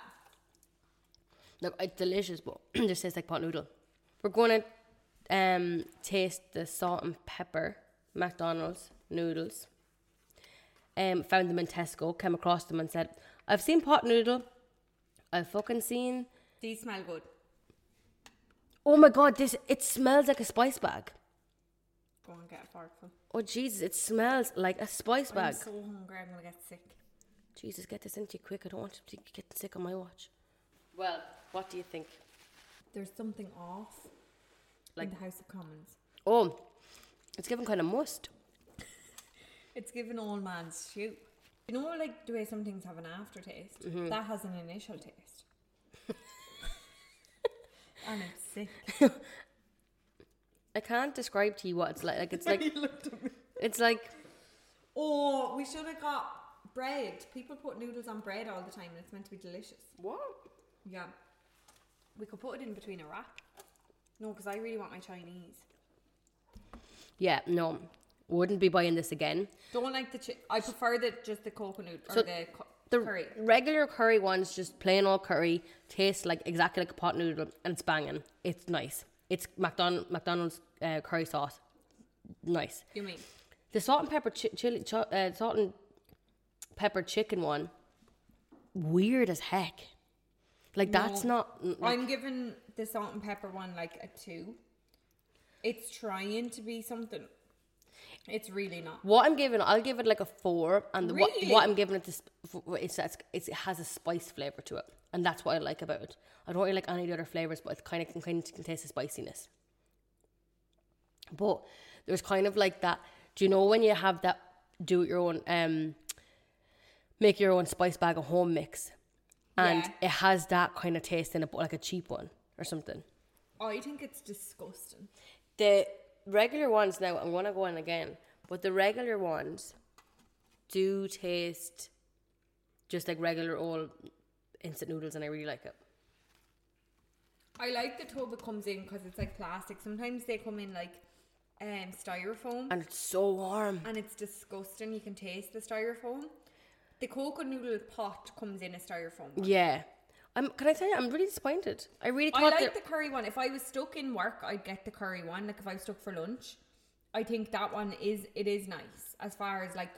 Look, it's delicious, but it just tastes like pot noodle. We're going to um, taste the salt and pepper McDonald's noodles. Um, found them in Tesco, came across them and said, I've seen pot noodle. I've fucking seen. These smell good. Oh my god, this it smells like a spice bag. Go and get a forkful. Oh Jesus, it smells like a spice I'm bag. so hungry. I'm gonna get sick. Jesus, get this into you quick. I don't want you to get sick on my watch. Well, what do you think? There's something off. Like- in the House of Commons. Oh, it's given kind of must. It's given old man's shoe. You know, like the way some things have an aftertaste. Mm-hmm. That has an initial taste. and it's sick. I can't describe to you what it's like. Like it's like looked at me. it's like Oh, we should have got bread. People put noodles on bread all the time, and it's meant to be delicious. what? Yeah. We could put it in between a wrap. No, because I really want my Chinese. Yeah, no, wouldn't be buying this again. Don't like the. Chi- I prefer the just the coconut or So the, co- The curry. regular curry ones, just plain old curry, taste like exactly like a pot noodle, and it's banging. It's nice. It's McDonald McDonald's uh, curry sauce. Nice. You mean? The salt and pepper chi- chili, cho- uh, salt and pepper chicken one, weird as heck. Like that's No. not. n- Like, I'm giving the salt and pepper one like a two. It's trying to be something. It's really not. what I'm giving, I'll give it like a four, and the, what Really? what I'm giving it this, it's, it's, it's it has a spice flavor to it, and that's what I like about it. I don't really like any of the other flavors, but it's kind of can kind of can taste the spiciness. But there's kind of like that. Do you know when you have that do it your own um make your own spice bag a home mix, and Yeah. it has that kind of taste in it, but like a cheap one or something. I think it's disgusting. The regular ones now, I'm gonna go in again, but the regular ones do taste just like regular old instant noodles, and I really like it. I like the tub it comes in because it's like plastic. Sometimes they come in like um, styrofoam, And it's so warm. and it's disgusting. You can taste the styrofoam. The coconut noodle pot comes in a styrofoam. one. Yeah. I'm, can I tell you, I'm really disappointed. I really I thought like that. the curry one. If I was stuck in work, I'd get the curry one. Like if I was stuck for lunch, I think that one is it is nice as far as like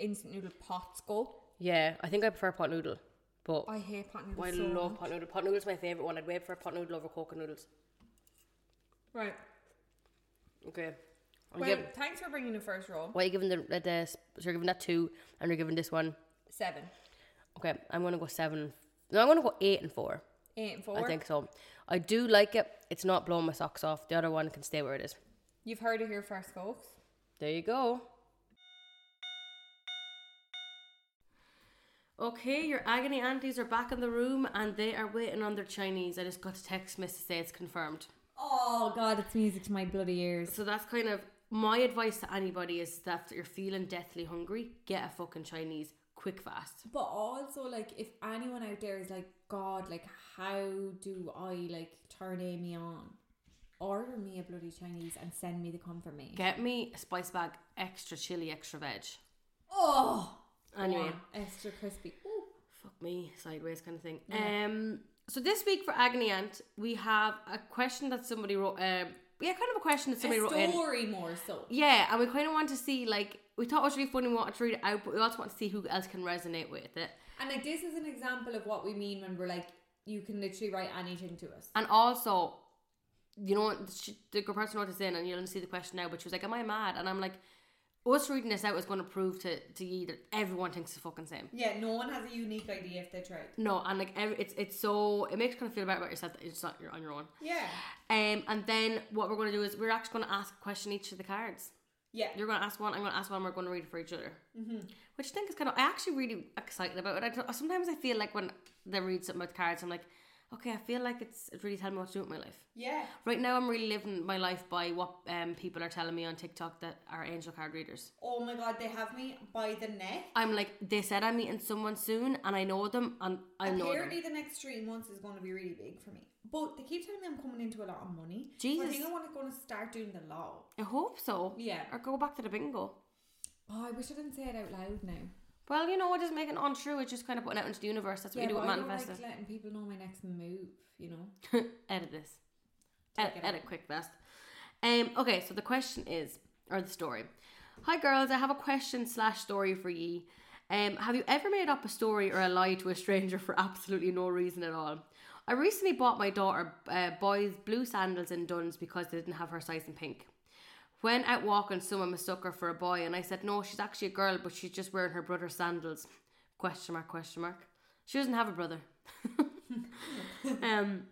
instant noodle pots go. yeah, I think I prefer pot noodle, but I hate pot noodles. I so love much. pot noodle. Pot noodle's my favorite one. I'd wait for pot noodle over coconut noodles. Right. Okay. I'm Well, giving, thanks for bringing the first roll. well, you're giving the, the, the so you're giving that two, and you're giving this one. Seven, Okay, I'm gonna go seven. No, I'm gonna go eight and four. eight, and four. I think so. I do like it. It's not blowing my socks off. The other one can stay where it is. You've heard it here first, folks. There you go. Okay, your agony aunties are back in the room and they are waiting on their Chinese. I just got a text miss to say it's confirmed. Oh God, it's music to my bloody ears. So that's kind of my advice to anybody is that if you're feeling deathly hungry, get a fucking Chinese quick fast. But also, like, if anyone out there is like, God, like, how do I like turn Amy on? Order me a bloody Chinese and send me the confirmation. Get me a spice bag, extra chili, extra veg. Oh, Anyway. extra crispy. Ooh. fuck me sideways kind of thing. Um, so this week for Agony Ant, we have a question that somebody wrote. Um, yeah, kind of a question that somebody a wrote in. story more so. Yeah, and we kind of want to see like we thought it was really funny. We wanted to read it out, but we also want to see who else can resonate with it. And like, this is an example of what we mean when we're like, you can literally write anything to us. And also, you know, she, the girl person wrote this in, and you'll see the question now. But she was like, "Am I mad?" And I'm like, us reading this out is going to prove to to you that everyone thinks the fucking same. Yeah, no one has a unique idea if they tried. No, and like every, it's it's so it makes you kind of feel better about yourself that it's not you're on your own. Yeah. Um, and then what we're going to do is we're actually going to ask a question each of the cards. Yeah. You're going to ask one, I'm going to ask one, we're going to read it for each other. Mm-hmm. Which I think is kind of, I actually really excited about it. I don't- sometimes I feel like when they read something about cards, I'm like, okay, I feel like it's, it's really telling me what to do with my life. Yeah. Right now, I'm really living my life by what um, people are telling me on TikTok that are angel card readers. Oh my god, they have me by the neck. I'm like, they said I'm meeting someone soon, and I know them, and I know them. Apparently, the next three months is going to be really big for me. But they keep telling me I'm coming into a lot of money. So Jesus. I think I want to going to start doing the law. I hope so. Yeah. Or go back to the bingo. Oh, I wish I didn't say it out loud now. Well, you know, it doesn't make it untrue. It's just kind of putting it out into the universe. That's what you do but with I don't manifesting. like letting people know my next move. You know. edit this. Take Ed- it out. edit quick best. Um, okay, so the question is, or the story. Hi girls, I have a question slash story for ye. Um, have you ever made up a story or a lie to a stranger for absolutely no reason at all? I recently bought my daughter uh, boys blue sandals in Duns because they didn't have her size in pink. When out walking, someone mistook her for a boy, and I said, "No, she's actually a girl, but she's just wearing her brother's sandals." Question mark? Question mark? She doesn't have a brother. um,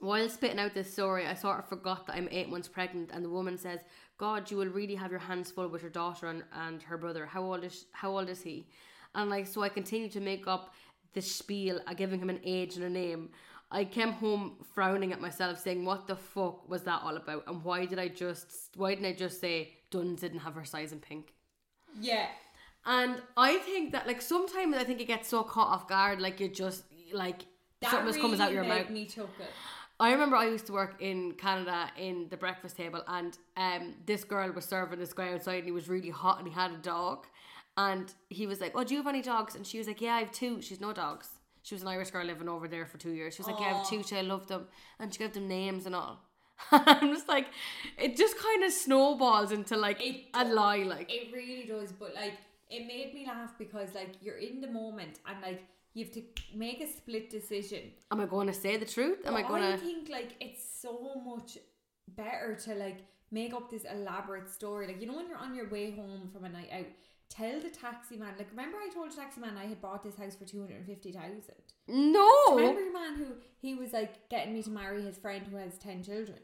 while spitting out this story, I sort of forgot that I'm eight months pregnant, and the woman says, "God, you will really have your hands full with your daughter and, and her brother. How old is how old is he?" And like, so I continued to make up this spiel, uh, giving him an age and a name. I came home frowning at myself, saying, "What the fuck was that all about? And why did I just why didn't I just say Duns didn't have her size in pink?" Yeah. And I think that like sometimes I think you get so caught off guard, like you just like That something really just comes out your made mouth. me chuckle. I remember I used to work in Canada in the breakfast table, and um, this girl was serving this guy outside, and he was really hot, and he had a dog, and he was like, "Oh, do you have any dogs?" And she was like, "Yeah, I have two. She's no dogs. She was an Irish girl living over there for two years. She was like, "Yeah, I have two. She, I love them," and she gave them names and all. I'm just like, it just kind of snowballs into like It a lie, like It really does, but like it made me laugh because like you're in the moment and like you have to make a split decision. am I going to say the truth? Am I But going to? I think like it's so much better to like make up this elaborate story. Like you know when you're on your way home from a night out, tell the taxi man. Like remember I told the taxi man I had bought this house for two hundred and fifty thousand. No, Oh. Remember the man who he was like getting me to marry his friend who has ten children.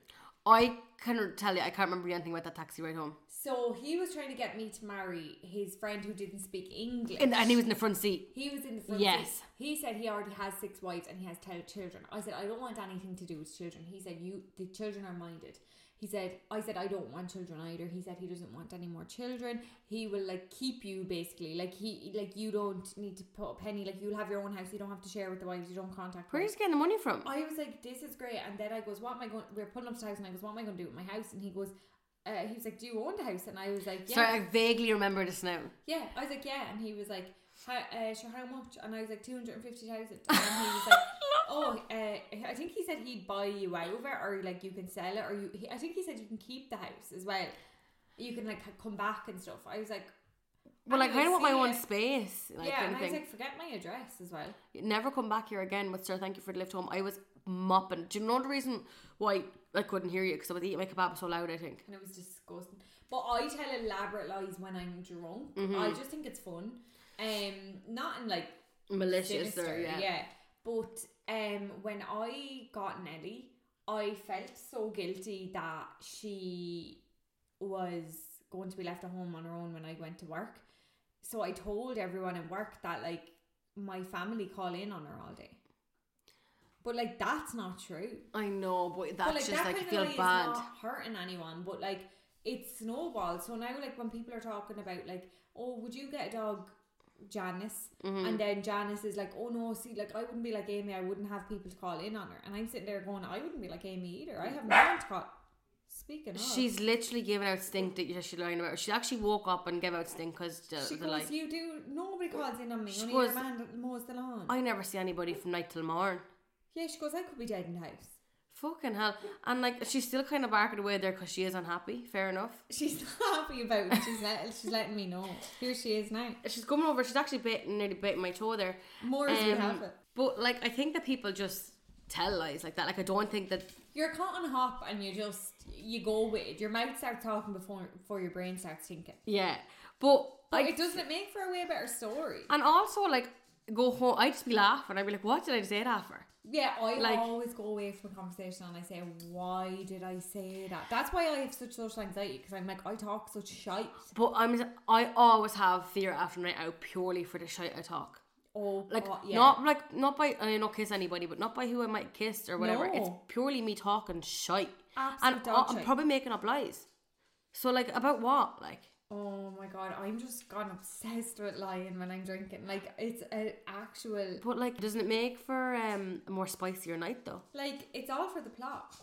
I can tell you, I can't remember anything about that taxi ride home, So he was trying to get me to marry his friend who didn't speak English. and, and he was in the front seat. He was in the front Yes. seat. He said he already has six wives and he has ten children. I said I don't want anything to do with children. He said you the children are minded. He said I said I don't want children either. He said he doesn't want any more children. He will like keep you basically like he like you don't need to put a penny like you'll have your own house. You don't have to share with the wives. You don't contact. Where's wives. he getting the money from? I was like, this is great. And then I goes, what am I going? We're pulling up to the house, and I goes, what am I going to do with my house? And he goes, uh, he was like, do you own the house? And I was like, yeah. Sorry, I vaguely remember this now. Yeah, I was like, yeah, and he was like, how, uh, sure, how much? And I was like, two hundred and fifty thousand. And he was like, oh, uh, I think he said he'd buy you over, or like you can sell it, or you. He, I think he said you can keep the house as well. You can like c- come back and stuff. I was like, Well, like, I kind of want my see own it. space. Like, yeah, and I was anything. like, forget my address as well. Never come back here again, but sir, thank you for the lift home. I was mopping. Do you know the reason why I couldn't hear you? Because I was eating my kebab so loud, I think. And it was disgusting. But I tell elaborate lies when I'm drunk. I Mm-hmm. just think it's fun. Um, not in like Malicious, sinister, or, yeah. But um, when I got Nelly, I felt so guilty that she was going to be left at home on her own when I went to work. So I told everyone at work that like my family call in on her all day. But like that's not true. I know, but that's but like just that like, kind I of feel lie bad. is not hurting anyone. But like it snowballs. So now like when people are talking about like, oh, would you get a dog, Janice? Mm-hmm. And then Janice is like, oh no, see, like I wouldn't be like Amy. I wouldn't have people to call in on her. And I'm sitting there going, I wouldn't be like Amy either. I have no one to call. Speaking of, She's literally giving out stink that you're- she's lying about. She actually woke up and gave out stink because the, she the goes, like. you do. Nobody calls in on me. She Only your goes- man that mows the lawn. I never see anybody from night till morn. yeah, she goes, I could be dead in the house. Fucking hell. And like, she's still kind of barking away there because she is unhappy. Fair enough. She's not happy about it. She's let, she's letting me know. Here she is now. She's coming over. She's actually bit, nearly biting my toe there. More as we Um, have it. But like, I think that people just tell lies like that. Like, I don't think that. You're caught on a hop and you just you go with it. Your mouth starts talking before before your brain starts thinking. Yeah, but Like like, it doesn't it make for a way better story. and also like, go home. I just be laughing. I'd be like, what did I say that for? Yeah, I Like- always go away from a conversation and I say, why did I say that? That's why I have such social anxiety because I'm like I talk such shite. But I'm I always have fear after night out purely for the shit I talk. Oh, Like God, yeah. not like not by I not kiss anybody, but not by who I might kiss or whatever. It's No. purely me talking shite, Absolute and dog I- I'm shite. probably making up lies. So like about what like. Oh my god, I'm just gone obsessed with lying when I'm drinking. Like it's an actual But like, doesn't it make for um, a more spicier night though? like it's all for the plot.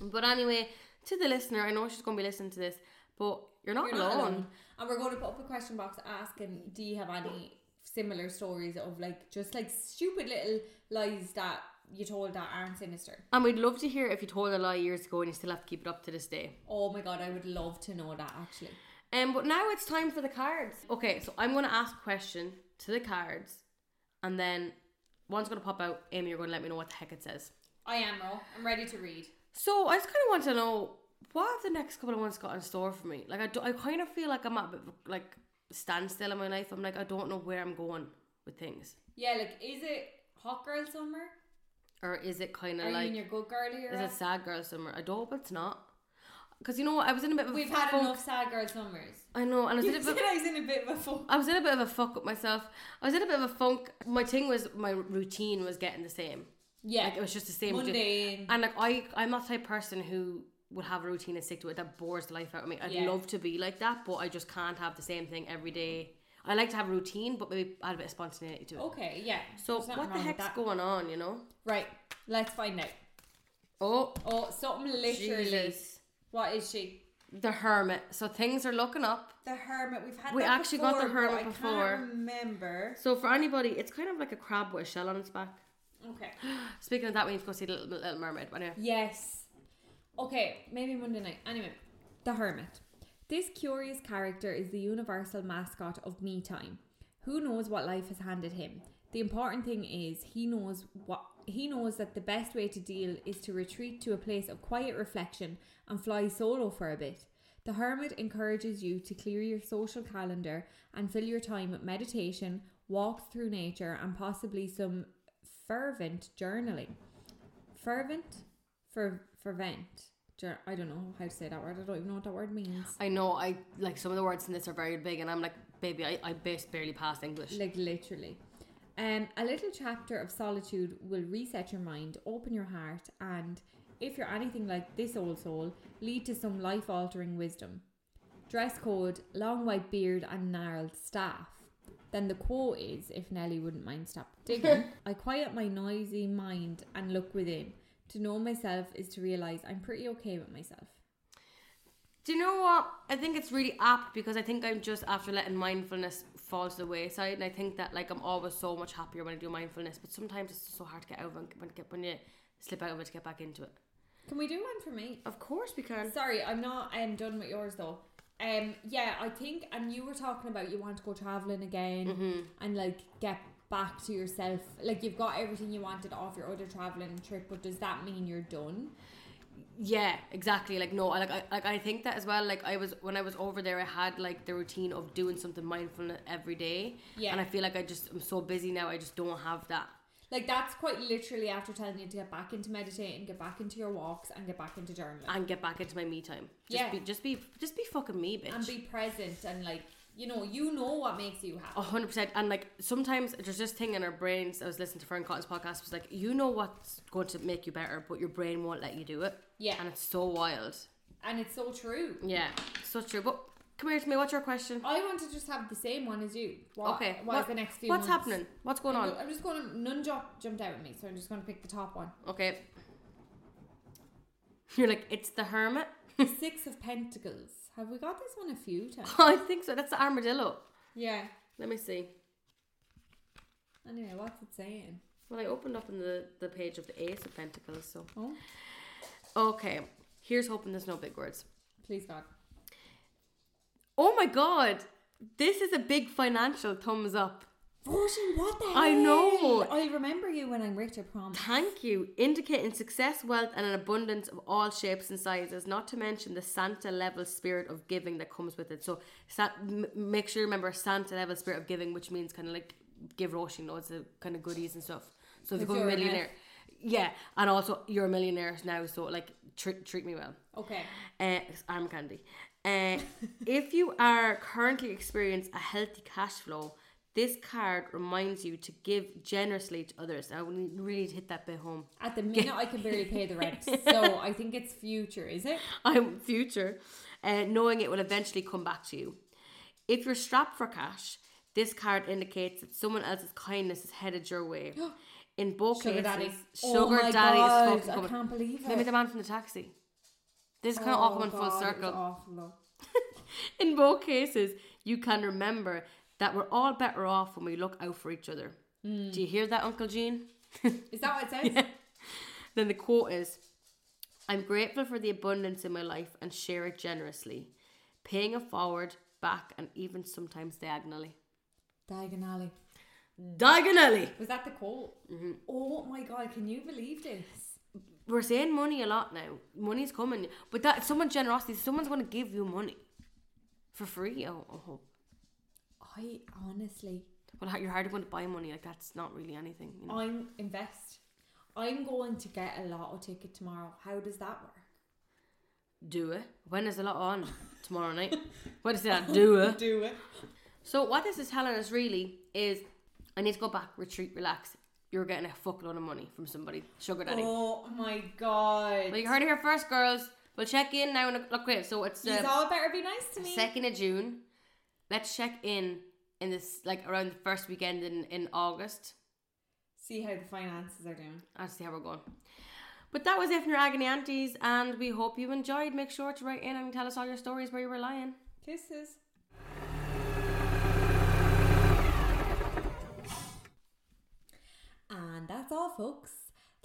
But anyway, to the listener, I know she's going to be listening to this, but you're not, You're alone. not alone. And we're going to put up a question box asking, do you have any similar stories of like just like stupid little lies that you told that aren't sinister. And we'd love to hear if you told a lie years ago and you still have to keep it up to this day. Oh my god, I would love to know that actually. Um, but now it's time for the cards. Okay, so I'm going to ask a question to the cards, and then one's going to pop out. Amy, you're going to let me know what the heck it says. I am, Ro. I'm ready to read. So I just kind of want to know what have the next couple of months got in store for me. Like I, do, I kind of feel like I'm at a bit of a, like standstill in my life. I'm like I don't know where I'm going with things, Yeah, like is it hot girl summer? or is it kind Are of you like in your good girl is era? it sad girl summer? I don't hope it's not. Cause you know what, I was in a bit of a We've fuck had funk. enough sad girl summers. I know, and I was You in a said bit. I was in a bit of a funk. I was in a bit of a fuck up myself. I was in a bit of a funk. My thing was my routine was getting the same. Yeah, Like it was just the same. routine. mundane. And like I, I'm that type of person who would have a routine and stick to it that bores the life out of me. I'd Yeah. love to be like that, but I just can't have the same thing every day. I like to have a routine, but maybe add a bit of spontaneity to it. Okay, yeah. so Oh, There's nothing what the wrong with heck's that. going on? You know? Right, let's find out. Oh, Oh, something literally. Jesus. What is she? the hermit. So things are looking up. The hermit. We've had. We that actually got the before, but hermit I before. can't remember. So for anybody, it's kind of like a crab with a shell on its back. Okay. Speaking of that, we need to go see the Little, Little Mermaid. But anyway, Yes. Okay, maybe Monday night. Anyway, the hermit. This curious character is the universal mascot of me time. Who knows what life has handed him? The important thing is he knows what he knows that the best way to deal is to retreat to a place of quiet reflection and fly solo for a bit. The hermit encourages you to clear your social calendar and fill your time with meditation, walks through nature, and possibly some fervent journaling fervent for fervent Ger- i don't know how to say that word i don't even know what that word means I know I like some of the words in this are very big, and I'm like, baby, I, I bas- barely passed English. like literally um a little chapter of solitude will reset your mind open your heart and if you're anything like this old soul lead to some life altering wisdom dress code long white beard and gnarled staff then the quote is if nelly wouldn't mind stop digging i quiet my noisy mind and look within to know myself is to realize i'm pretty okay with myself Do you know what? I think it's really apt because I think I'm just after letting mindfulness fall to the wayside, and I think that like I'm always so much happier when I do mindfulness, but sometimes it's just so hard to get out of it when, when, when you slip out of it to get back into it. Can we do one for me? Of course we can. Sorry, I'm not um, done with yours though. Um, yeah, I think, and you were talking about you want to go traveling again Mm-hmm. and like get back to yourself. Like you've got everything you wanted off your other traveling trip, but does that mean you're done? Yeah, exactly. Like no, I like I like I think that as well. Like I was when I was over there, I had like the routine of doing something mindfulness every day, Yeah, and I feel like I just I'm so busy now. I just don't have that. like that's quite literally after telling you to get back into meditating, get back into your walks, and get back into journaling and get back into my me time. Just Yeah. be just be just be fucking me, bitch. and be present and like you know you know what makes you happy. A hundred percent. And like sometimes there's this thing in our brains. I was listening to Fern Cotton's podcast. Was like you know what's going to make you better, but your brain won't let you do it. Yeah. and it's so wild. And it's so true. Yeah, so true. But come here to me. What's your question? I want to just have the same one as you. What, okay. what is the next few? What's months? happening? What's going on? I'm just going to none jump, jumped out at me, so I'm just going to pick the top one. Okay. You're like it's the hermit. Six of Pentacles. Have we got this one a few times? Oh, I think so. That's the armadillo. yeah. Let me see. Anyway, what's it saying? Well, I opened up in the the page of the Ace of Pentacles. So Oh, okay, here's hoping there's no big words. please God. Oh my god, this is a big financial thumbs up. Roshan, what the I know. hell? I remember you when I'm rich, I promise. Thank you, indicating success, wealth, and an abundance of all shapes and sizes, not to mention the Santa level spirit of giving that comes with it. So sa- m- make sure you remember Santa level spirit of giving, which means kind of like give Roisin loads of kind of goodies and stuff. So if you Because become a you're a man. millionaire, yeah, and also you're a millionaire now, so like treat treat me well. Okay. Uh, arm candy. Uh, if you are currently experience a healthy cash flow, this card reminds you to give generously to others. I would need- really need to hit that bit home. At the minute, I can barely pay the rent, so I think it's future, is it? I'm future, uh, knowing it will eventually come back to you. If you're strapped for cash, this card indicates that someone else's kindness is headed your way. In both Sugar cases, daddy. oh sugar my daddy God, is fucking I coming. can't believe it. Oh Maybe the man from the taxi. This is kind of all coming full God, it was circle. awful, though. In both cases, you can remember that we're all better off when we look out for each other. Do you hear that, Uncle Gene? Is that what it says? Yeah. Then the quote is I'm grateful for the abundance in my life and share it generously, paying it forward, back, and even sometimes diagonally. Diagon Alley. Diagonally! Was that the quote? Oh my god, can you believe this? We're saying money a lot now. Money's coming. But that someone's generosity, someone's going to give you money for free. Oh, I hope. I honestly, Well, ha- you're hardly going to buy money. Like, that's not really anything. You know? I'm invest. I'm going to get a lotto ticket tomorrow. How does that work? Do it. When is the lot on? Tomorrow night. What is that? Do it. Do it. So what this is telling us really is I need to go back, retreat, relax. You're getting a fuckload of money from somebody, sugar daddy. Oh my god. Well, you heard it here first, girls. We'll check in now. In a, okay, so it's Yous the all better be nice to me. second of June. Let's check in in this like around the first weekend in in August. See how the finances are doing. I'll see how we're going. But that was it from your agony aunties, and we hope you enjoyed. Make sure to write in and tell us all your stories where you were lying. Kisses. And that's all, folks.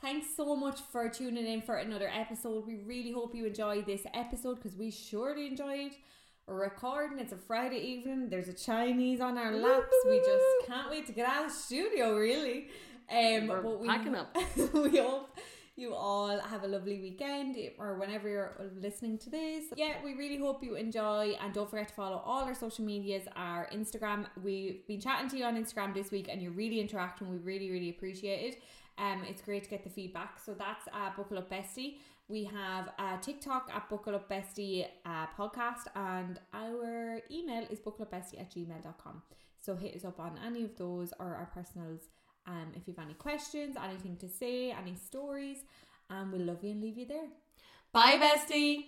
Thanks so much for tuning in for another episode. We really hope you enjoyed this episode because we surely enjoyed recording. It's a Friday evening. There's a Chinese on our laps. We just can't wait to get out of the studio, really. Um, We're but we, packing up. we hope you all have a lovely weekend or whenever you're listening to this. Yeah, we really hope you enjoy and don't forget to follow all our social medias, our Instagram. We've been chatting to you on Instagram this week and you're really interacting. We really, really appreciate it. Um, it's great to get the feedback. So that's uh, Buckle Up Bestie. We have a TikTok at Buckle Up Bestie uh, podcast and our email is buckleupbestie at gmail.com. So hit us up on any of those or our personals um, if you've any questions, anything to say, any stories, um, and we'll love you and leave you there. Bye, bestie.